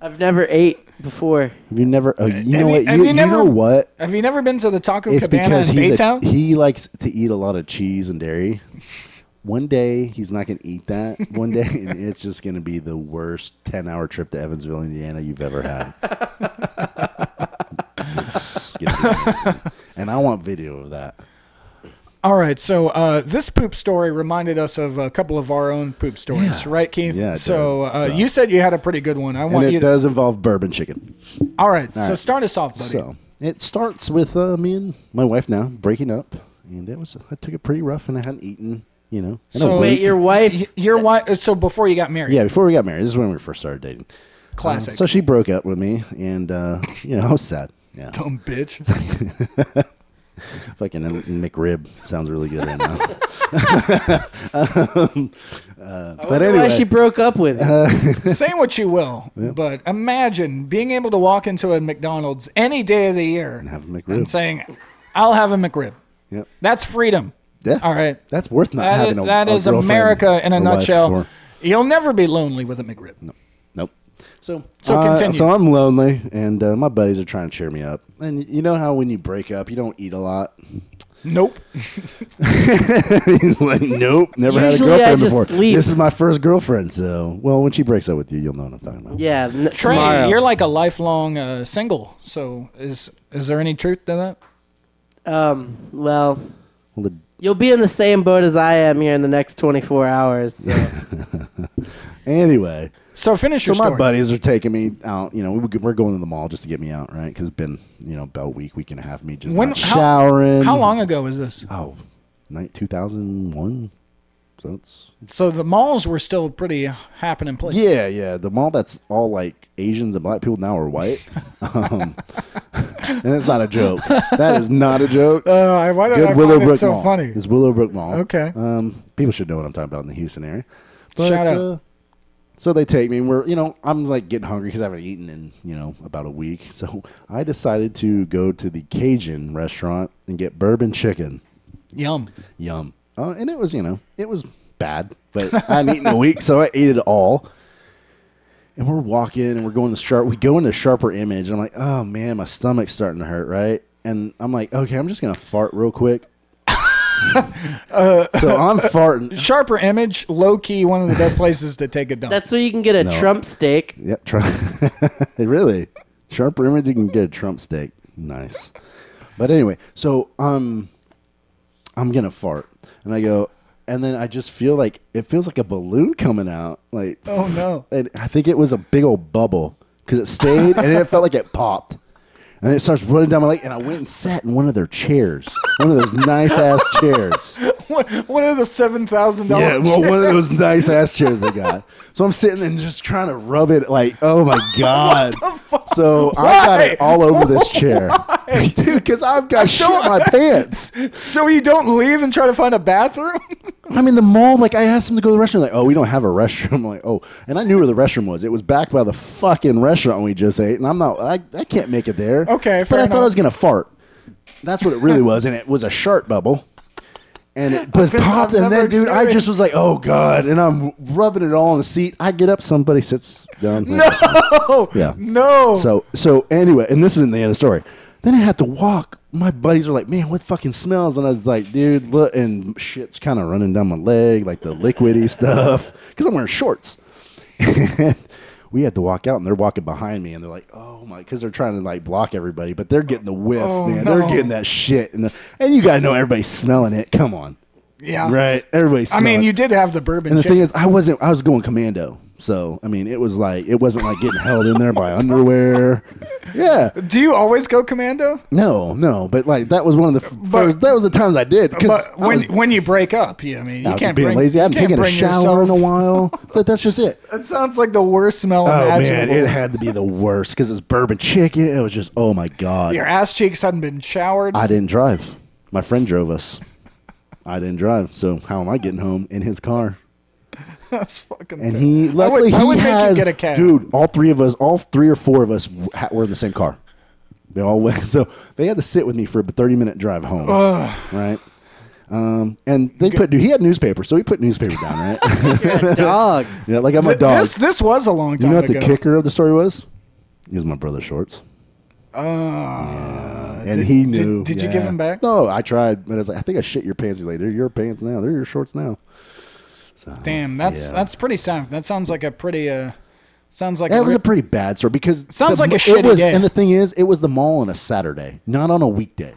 B: I've never ate before.
C: Have you never? Oh, you know
E: you-
C: what? You,
E: have you
C: you
E: never-
C: know what?
E: Have you never been to the Taco
C: It's
E: Cabana in
C: because he's a,
E: Baytown?
C: he likes to eat a lot of cheese and dairy. One day he's not going to eat that. One day and it's just going to be the worst ten-hour trip to Evansville, Indiana you've ever had. It's gonna be amazing. and I want video of that.
E: All right, so uh, this poop story reminded us of a couple of our own poop stories, right, Keith?
C: Yeah, it
E: So,
C: did,
E: uh,
C: so.
E: you said you had a pretty good one. I
C: And
E: want you.
C: it
E: to,
C: does involve bourbon chicken.
E: All right, so
C: right.
E: start us off, buddy.
C: So it starts with uh, me and my wife now breaking up, and it was I took it pretty rough, and I hadn't eaten, you know. in a
E: So-
B: Wait,
C: week.
B: your wife?
E: Y- Your wife. So before you got married.
C: yeah, before we got married, this is when we first started dating. Um,
E: Classic.
C: So she broke up with me, and uh, you know I was sad. Yeah,
E: Dumb bitch.
C: fucking McRib sounds really good right now. Um, uh, but
B: Why
C: anyway,
B: she broke up with him?
E: Say what you will, but imagine being able to walk into a McDonald's any day of the year and
C: have a McRib.
E: saying, "I'll have a McRib."
C: Yep.
E: That's freedom.
C: Yeah.
E: All right.
C: that's worth not
E: That is,
C: having a
E: that
C: a
E: is
C: girlfriend
E: America in a
C: or wife
E: nutshell.
C: or-
E: You'll never be lonely with a McRib.
C: Nope. So
E: So
C: uh,
E: continue.
C: So I'm lonely, and uh, my buddies are trying to cheer me up. And y- you know how when you break up, you don't eat a lot.
E: Nope.
C: He's like, nope, never had a
B: Usually I
C: girlfriend
B: just
C: before.
B: sleep.
C: This is my first girlfriend. So, well, when she breaks up with you, you'll know what I'm talking about.
B: Yeah, n-
E: Trey,
B: tomorrow.
E: you're like a lifelong uh, single. So is is there any truth to that?
B: um. Well,
C: Well, the-
B: you'll be in the same boat as I am here in the next 24 hours. So.
C: anyway,
E: So finish
C: so
E: your
C: my
E: story.
C: buddies are taking me out. You know, we, we're going to the mall just to get me out, right? Because it's been, you know, about a week, week and a half, me just
E: When-
C: not
E: how-
C: showering.
E: How long ago was this?
C: Oh, night 2001. So it's
E: So the malls were still pretty happening place.
C: Yeah, yeah. The mall that's all like Asians and black people now are white. um, and that's not a joke. That is not a joke.
E: Uh, why did I
C: Good
E: find
C: Willowbrook
E: it so
C: Mall.
E: funny?
C: It's Willowbrook Mall.
E: Okay.
C: Um, people should know what I'm talking about in the Houston area. uh,
E: Shout out.
C: so they take me. We're you know I'm like getting hungry because I haven't eaten in you know about a week. So I decided to go to the Cajun restaurant and get bourbon chicken.
E: Yum.
C: Yum. Uh, and it was, you know, it was bad, but I hadn't eaten in a week, so I ate it all. And we're walking and we're going to sharp. We go into sharper image. And I'm like, oh man, my stomach's starting to hurt, right? And I'm like, okay, I'm just gonna fart real quick. so I'm farting.
E: Sharper image, low key, one of the best places to take a dump.
B: That's where you can get a Trump steak.
C: Yep, try. really, sharper image. You can get a Trump steak. Nice. But anyway, so um, I'm gonna fart, and I go, and then I just feel like it feels like a balloon coming out, like
E: oh no.
C: and I think it was a big old bubble because it stayed and it felt like it popped. And then it starts running down my leg, and I went and sat in one of their chairs, one of those nice ass chairs.
E: What, what are the seven thousand
C: Yeah,
E: dollars?
C: well, one of those nice ass chairs they got. So I'm sitting and just trying to rub it, like, oh my god. So I got it all over this chair, dude, because I've got shit in my pants.
E: So you don't leave and try to find a bathroom?
C: I'm in the mall. Like I asked them to go to the restroom. Like, oh, we don't have a restroom. I'm like, oh, and I knew where the restroom was. It was back by the fucking restaurant we just ate, and I'm not. I, I can't make it there.
E: Okay,
C: but
E: fair
C: I thought
E: enough.
C: I was gonna fart. That's what it really was, and it was a sharp bubble. And it but popped,
E: I've
C: and
E: never
C: then dude, I
E: experienced-
C: just was like, "Oh God!" And I'm rubbing it all on the seat. I get up, somebody sits down. No, yeah,
E: No.
C: so so anyway, and this isn't the end of the story. Then I had to walk. My buddies were like, "Man, what fucking smells?" And I was like, "Dude, look!" And shit's kind of running down my leg, like the liquidy stuff, because I'm wearing shorts. And we had to walk out, and they're walking behind me, and they're like, "Oh my!" Because they're trying to like block everybody, but they're getting the whiff, man.
E: Oh, no.
C: They're getting that shit, and the, and you gotta know everybody's smelling it. Come on,
E: yeah.
C: right? Everybody's.
E: I mean,
C: smelling
E: you
C: it.
E: did have the bourbon.
C: And the
E: chicken.
C: thing is, I wasn't. I was going commando. So I mean, it was like it wasn't like getting held in there by underwear. Yeah,
E: Do you always go commando?
C: no, no. But like that was one of the f- first. That was the times I did because
E: But
C: I
E: when
C: was,
E: when you break up, yeah, I mean, you
C: I was
E: can't
C: just being
E: bring,
C: lazy. I
E: you
C: hadn't
E: can't
C: taken a
E: bring
C: shower
E: yourself.
C: in a while. but that's just it.
E: That sounds like the worst smell
C: Oh man,
E: imaginable.
C: it had to be the worst because it's bourbon chicken. It was just oh my god.
E: Your ass cheeks hadn't been showered.
C: I didn't drive. My friend drove us. I didn't drive. So how am I getting home in his car?
E: That's fucking.
C: And
E: terrible.
C: he
E: I would-
C: luckily
E: I would
C: he
E: make you
C: has
E: get a cab.
C: dude. All three of us, all three or four of us, w- ha- were in the same car. They all went. So they had to sit with me for a thirty minute drive home. Right. Um, and they put he had newspaper, so he put newspaper down, right?
B: Dog.
C: yeah, like I'm a dog.
E: This this was a long
C: you
E: time
C: know what the
E: ago.
C: kicker of the story was? He was my brother Shorts. Uh, and he
E: Ah, did-
C: knew.
E: did you give
C: yeah.
E: him back?
C: No, I tried, but I was like, I think I shit your pants. He's like, they're your pants now. They're your shorts now.
E: Damn, that's
C: Yeah.
E: that's pretty sad. That sounds like a pretty uh, sounds like
C: That was
E: re-
C: a pretty bad story because
E: Sounds
C: the-
E: like a
C: it
E: shitty
C: was,
E: day.
C: And the thing is, it was the mall on a Saturday, not on a weekday,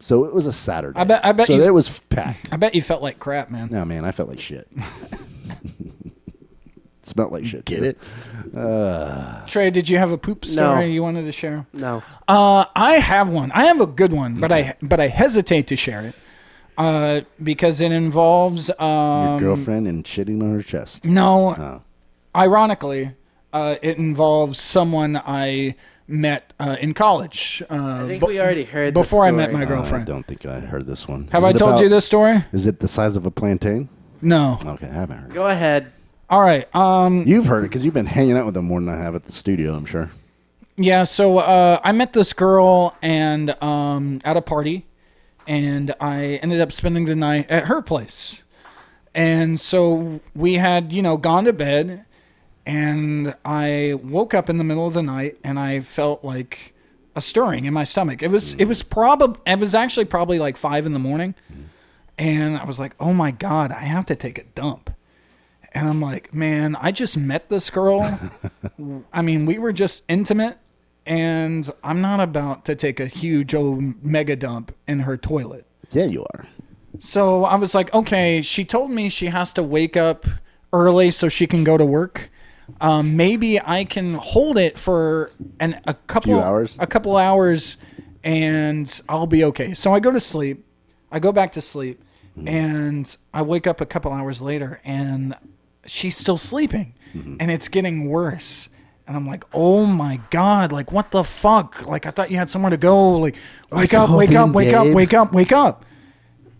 C: so it was a Saturday.
E: I bet- I bet
C: So
E: you-
C: it was packed.
E: I bet you felt like crap, man.
C: No man, I felt like shit. Smelled like shit. Get it?
E: Trey, did you have a poop story you wanted to share?
B: No.
E: Uh, I have one. I have a good one, but I but I hesitate to share it uh, because it involves um,
C: Girlfriend and shitting on her chest.
E: No.
C: Oh.
E: Ironically, uh, it involves someone I met uh, in college. Uh,
B: I think
E: bu-
B: we already heard this
E: before I met
B: story.
E: my
C: Oh, I
E: girlfriend.
C: don't think I heard this one.
E: have
C: Is
E: I
C: it
E: told you
C: about-
E: this story?
C: Is it the size of a plantain?
E: No.
C: Okay, I haven't heard. it.
B: Go ahead.
E: All right. Um,
C: You've heard it because you've been hanging out with them more than I have at the studio. I'm sure.
E: yeah. So uh, I met this girl and um, at a party, and I ended up spending the night at her place. And so we had, you know, gone to bed, and I woke up in the middle of the night, and I felt like a stirring in my stomach. It was, it was probably, it was actually probably like five in the morning, and I was like, oh my god, I have to take a dump. And I'm like, man, I just met this girl. I mean, we were just intimate, and I'm not about to take a huge old mega dump in her toilet.
C: Yeah, you are.
E: So I was like, okay, she told me she has to wake up early so she can go to work. Um, maybe I can hold it for an a couple
C: Few hours?
E: a couple hours, and I'll be okay. So I go to sleep. I go back to sleep,
C: Mm-hmm.
E: and I wake up a couple hours later, and she's still sleeping,
C: Mm-hmm.
E: and it's getting worse. And I'm like, oh my god, like what the fuck? Like I thought you had somewhere to go. Like wake up, wake up,
C: in,
E: wake up,
C: babe.
E: wake up, wake up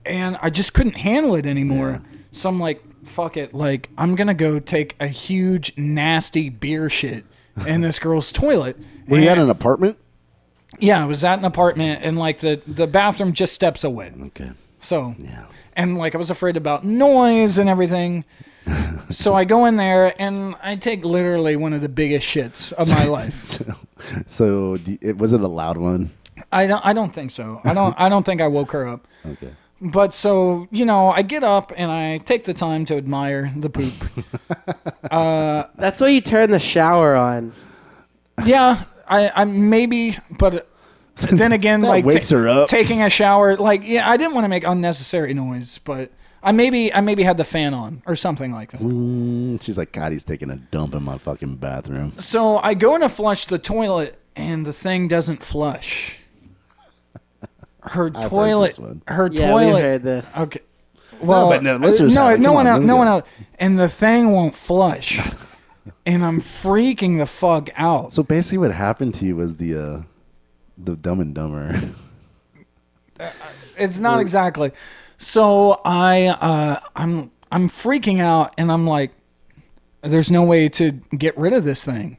E: and I just couldn't handle it anymore. So I'm like, fuck it. Like, I'm going to go take a huge, nasty beer shit in this girl's toilet.
C: Were you at
E: And-
C: an apartment?
E: yeah, I was at an apartment, and like the, the bathroom just steps away.
C: Okay.
E: So,
C: Yeah.
E: and like I was afraid about noise and everything. so I go in there and I take literally one of the biggest shits of my life.
C: So, so d- it was it a loud one?
E: I don't, I don't think so. I don't I don't think I woke her up.
C: Okay.
E: But so, you know, I get up and I take the time to admire the poop.
B: That's why you turn the shower on.
E: yeah, I, I maybe, but then again,
C: That
E: like
C: wakes her up.
E: taking a shower. Like, yeah, I didn't want to make unnecessary noise, but I maybe I maybe had the fan on or something like that.
C: Mm, She's like, God, he's taking a dump in my fucking bathroom.
E: So I go to flush the toilet, and the thing doesn't flush. Her
C: heard
E: toilet,
C: this one.
E: her
B: Yeah,
E: toilet.
B: we heard this.
E: Okay. Well,
C: but no, listeners
E: no,
C: haven't.
E: no
C: Come
E: one
C: on,
E: out,
C: let me
E: no
C: go.
E: one out, and the thing won't flush, and I'm freaking the fuck out.
C: So basically, what happened to you was the uh, the Dumb and Dumber.
E: It's not exactly. So I uh, I'm I'm freaking out and I'm like, there's no way to get rid of this thing.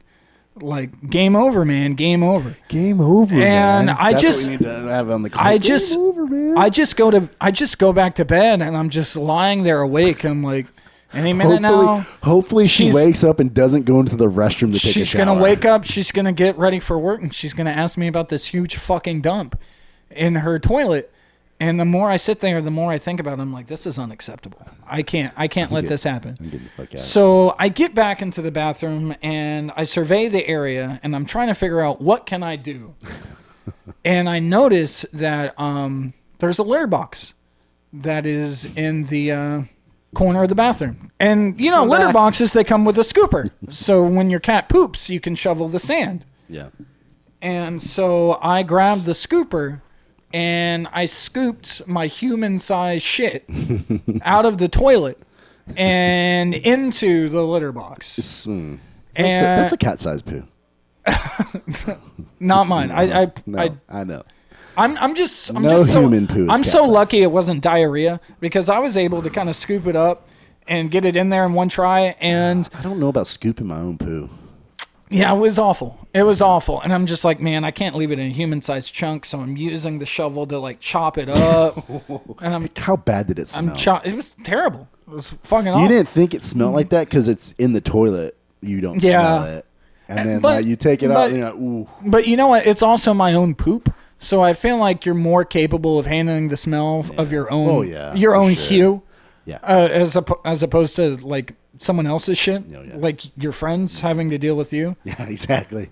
E: Like game over, man. Game over.
C: Game over.
E: And
C: man.
E: I
C: That's
E: just-
C: what we need to have on the call.
E: I
C: Game
E: just
C: over, man.
E: I just go to I just go back to bed and I'm just lying there awake. I'm like, any minute
C: hopefully,
E: now.
C: hopefully she
E: She's-
C: wakes up and doesn't go into the restroom to take a
E: She's
C: shower.
E: gonna wake up. She's gonna get ready for work, and she's gonna ask me about this huge fucking dump in her toilet. And the more I sit there, the more I think about it. I'm like, this is unacceptable. I can't. I can't let this happen.
C: Get the fuck out.
E: So I get back into the bathroom and I survey the area and I'm trying to figure out what can I do. and I notice that um, there's a litter box that is in the uh, corner of the bathroom. And you know, litter
B: back.
E: boxes they come with a scooper. so when your cat poops, you can shovel the sand.
C: yeah.
E: And so I grabbed the scooper and I scooped my human sized shit out of the toilet and into the litter box.
C: It's, mm.
E: And
C: That's, a, that's a cat sized poo.
E: not mine. I, I,
C: No,
E: I,
C: I, know.
E: I'm, I'm just, I'm
C: No
E: just so,
C: human poo is
E: I'm
C: cat
E: so
C: size.
E: lucky it wasn't diarrhea because I was able to kind of scoop it up and get it in there in one try. And
C: I don't know about scooping my own poo.
E: Yeah, it was awful. It was awful. And I'm just like, man, I can't leave it in a human sized chunk, so I'm using the shovel to like chop it up. and I'm
C: How bad did it smell?
E: I'm chop it was terrible. It was fucking awful.
C: You didn't think it smelled like that because it's in the toilet. You don't
E: Yeah.
C: smell it, and then
E: but-
C: like, you take it out.
E: but-
C: and You're like, ooh,
E: But you know what? It's also my own poop. So I feel like you're more capable of handling the smell of- of your own
C: Oh, yeah,
E: your
C: for
E: own
C: sure.
E: hue
C: yeah.
E: uh, as oppo- as opposed to like someone else's shit,
C: Oh, yeah.
E: like your friends having to deal with you.
C: yeah, exactly.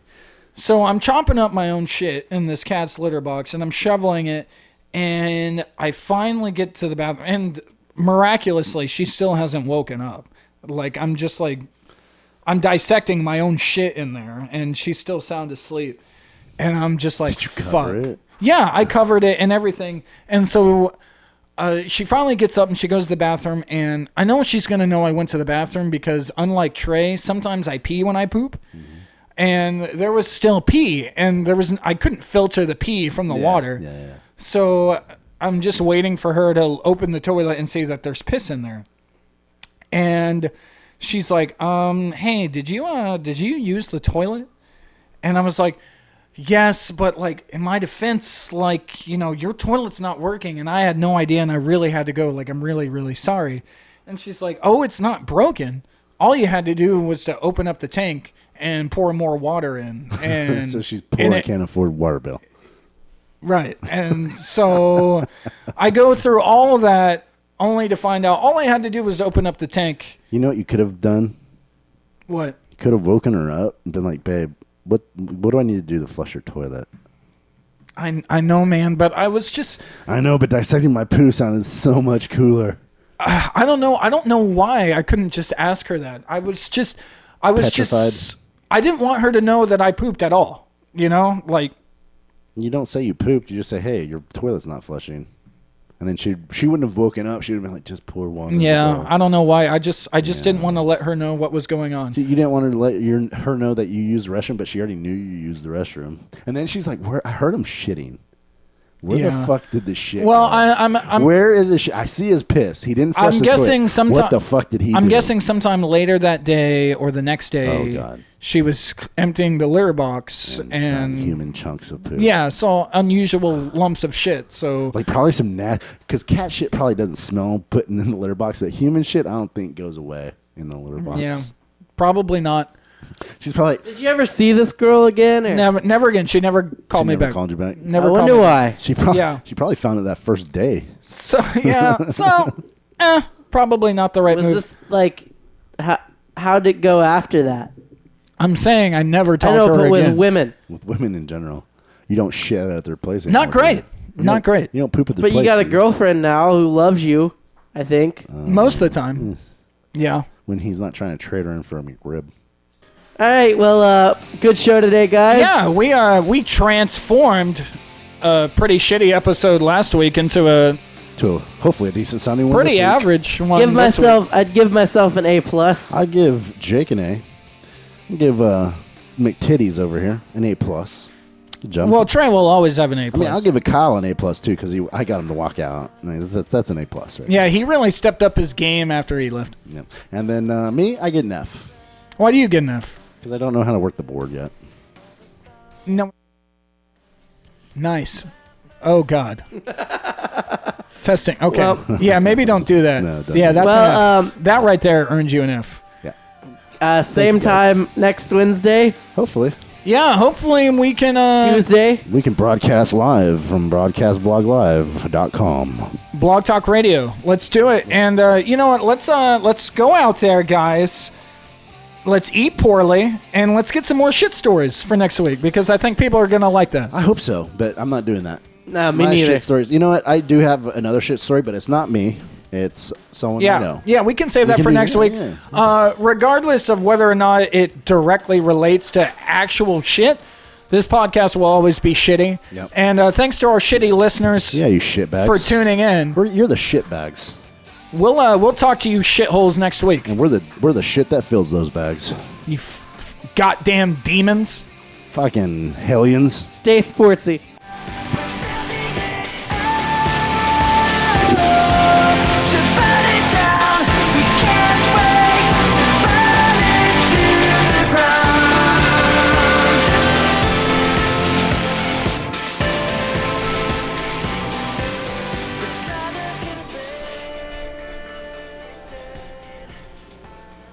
E: So I'm chomping up my own shit in this cat's litter box and I'm shoveling it and I finally get to the bathroom and miraculously she still hasn't woken up. Like I'm just like I'm dissecting my own shit in there and she's still sound asleep. And I'm just like fuck.
C: cover it?
E: Yeah, I covered it and everything. And so uh, she finally gets up and she goes to the bathroom and I know she's gonna know I went to the bathroom because unlike Trey, sometimes I pee when I poop
C: Mm-hmm.
E: and there was still pee and there was I couldn't filter the pee from the water.
C: Yeah, yeah.
E: So I'm just waiting for her to open the toilet and see that there's piss in there. And she's like, "Um, hey, did you uh did you use the toilet?" And I was like, "Yes, but like in my defense, like, you know, your toilet's not working and I had no idea and I really had to go. Like I'm really really sorry." And she's like, "Oh, it's not broken. All you had to do was to open up the tank and pour more water in." And
C: So she's
E: and
C: poor and
E: it-
C: can't afford water bill.
E: Right. And so I go through all of that only to find out all I had to do was open up the tank.
C: You know what you could have done?
E: What?
C: You could have woken her up and been like, "Babe, what what do I need to do to flush your toilet?"
E: I, I know, man, but I was just,
C: I know, but dissecting my poo sounded so much cooler.
E: I don't know. I don't know why I couldn't just ask her that. I was just, I was just,
C: Petrified.
E: I didn't want her to know that I pooped at all. You know, like,
C: You don't say you pooped. You just say, "Hey, your toilet's not flushing," and then she she wouldn't have woken up. She'd have been like, "Just pour one." in the
E: yeah,
C: bowl."
E: I don't know why. I just, I just didn't want to let her know what was going on.
C: You didn't want her to let your, her know that you used the restroom, but she already knew you used the restroom. And then she's like, "Where? I heard him shitting. Where
E: Yeah.
C: the fuck did this shit?
E: Well,
C: go?
E: I, I'm, I'm,
C: Where is this shit? I see his piss. He didn't. Flush
E: I'm
C: the
E: guessing
C: toilet.
E: sometime.
C: What the fuck did he?
E: I'm
C: do?
E: guessing sometime later that day or the next day.
C: Oh, God.
E: She was emptying the litter box and,
C: Found human chunks of poo.
E: yeah, saw unusual lumps of shit. So
C: Like probably some nat because cat shit probably doesn't smell putting in the litter box, but human shit I don't think goes away in the litter box.
E: Mm-hmm. yeah, probably not.
C: She's probably like,
B: Did you ever see this girl again? Or?
E: Never, never again. She never called
C: she
E: me
C: never
E: back.
C: called you back.
E: Never.
B: I
E: called
B: wonder
E: me back.
B: why.
C: She probably
E: Yeah.
C: she probably found it that first day.
E: So yeah. So eh, probably not the right
B: Was
E: move.
B: this like how how'd it go after that?
E: I'm saying I never
B: I
E: talked
B: know,
E: to
B: but
E: her
B: with
E: again.
B: women,
C: With women in general, you don't shit at their place.
E: Not
C: anymore, do
E: great.
C: you? You
E: Not
C: don't-
E: great.
C: You don't poop at the
B: but
C: place.
B: you got a
C: do
B: girlfriend now who loves you. I think.
E: Most of the
C: Hmm.
E: time. Yeah.
C: when he's not trying to trade her in for a McRib.
B: All right. Well, uh, good show today, guys.
E: Yeah, we uh we transformed a pretty shitty episode last week into a
C: To a, hopefully a decent sounding one.
E: pretty
C: this week.
E: average one.
B: Give
E: this week.
B: myself. I'd give myself an A plus.
C: I give Jake an A. I give uh, McTitties over here an A plus. Good job.
E: Well, Trey will always have an A
C: I
E: plus.
C: mean, I'll give a Kyle an A plus too because I got him to walk out. I mean, that's, that's an A plus, right?
E: yeah, he really stepped up his game after he left.
C: Yeah. And then uh, me, I get an F
E: Why do you get an F?
C: because I don't know how to work the board yet.
E: No. Nice. Oh God. Testing. Okay.
B: Well-
E: yeah, maybe don't do that.
C: No, don't
E: yeah,
C: do that.
E: that's
B: Well, um,
E: an F. that right there earned you an F.
C: Yeah.
B: Uh, same
C: you, guys.
B: time next Wednesday,
C: Hopefully,
E: Yeah, hopefully we can uh,
B: Tuesday.
C: we can broadcast live from broadcastbloglive.com.
E: Blog Talk Radio. Let's do it. And uh, you know what? Let's uh, let's go out there, guys. Let's eat poorly and let's get some more shit stories for next week because I think people are gonna like that.
C: I hope so, but I'm not doing that.
B: Nah, me
C: My
B: neither.
C: shit stories. You know what? I do have another shit story, but it's not me. It's someone I
E: Yeah,
C: know.
E: yeah, we can save that
C: can
E: for
C: do
E: next
C: that,
E: week.
C: yeah.
E: Uh, regardless of whether or not it directly relates to actual shit, this podcast will always be shitty.
C: Yep.
E: And uh, thanks to our shitty listeners
C: Yeah, you shitbags.
E: for tuning in.
C: We're, you're the shitbags,
E: We'll uh, we'll talk to you shitholes next week.
C: and we're the we're the shit that fills those bags.
E: You f- f- goddamn demons.
C: Fucking hellions.
B: Stay sportsy.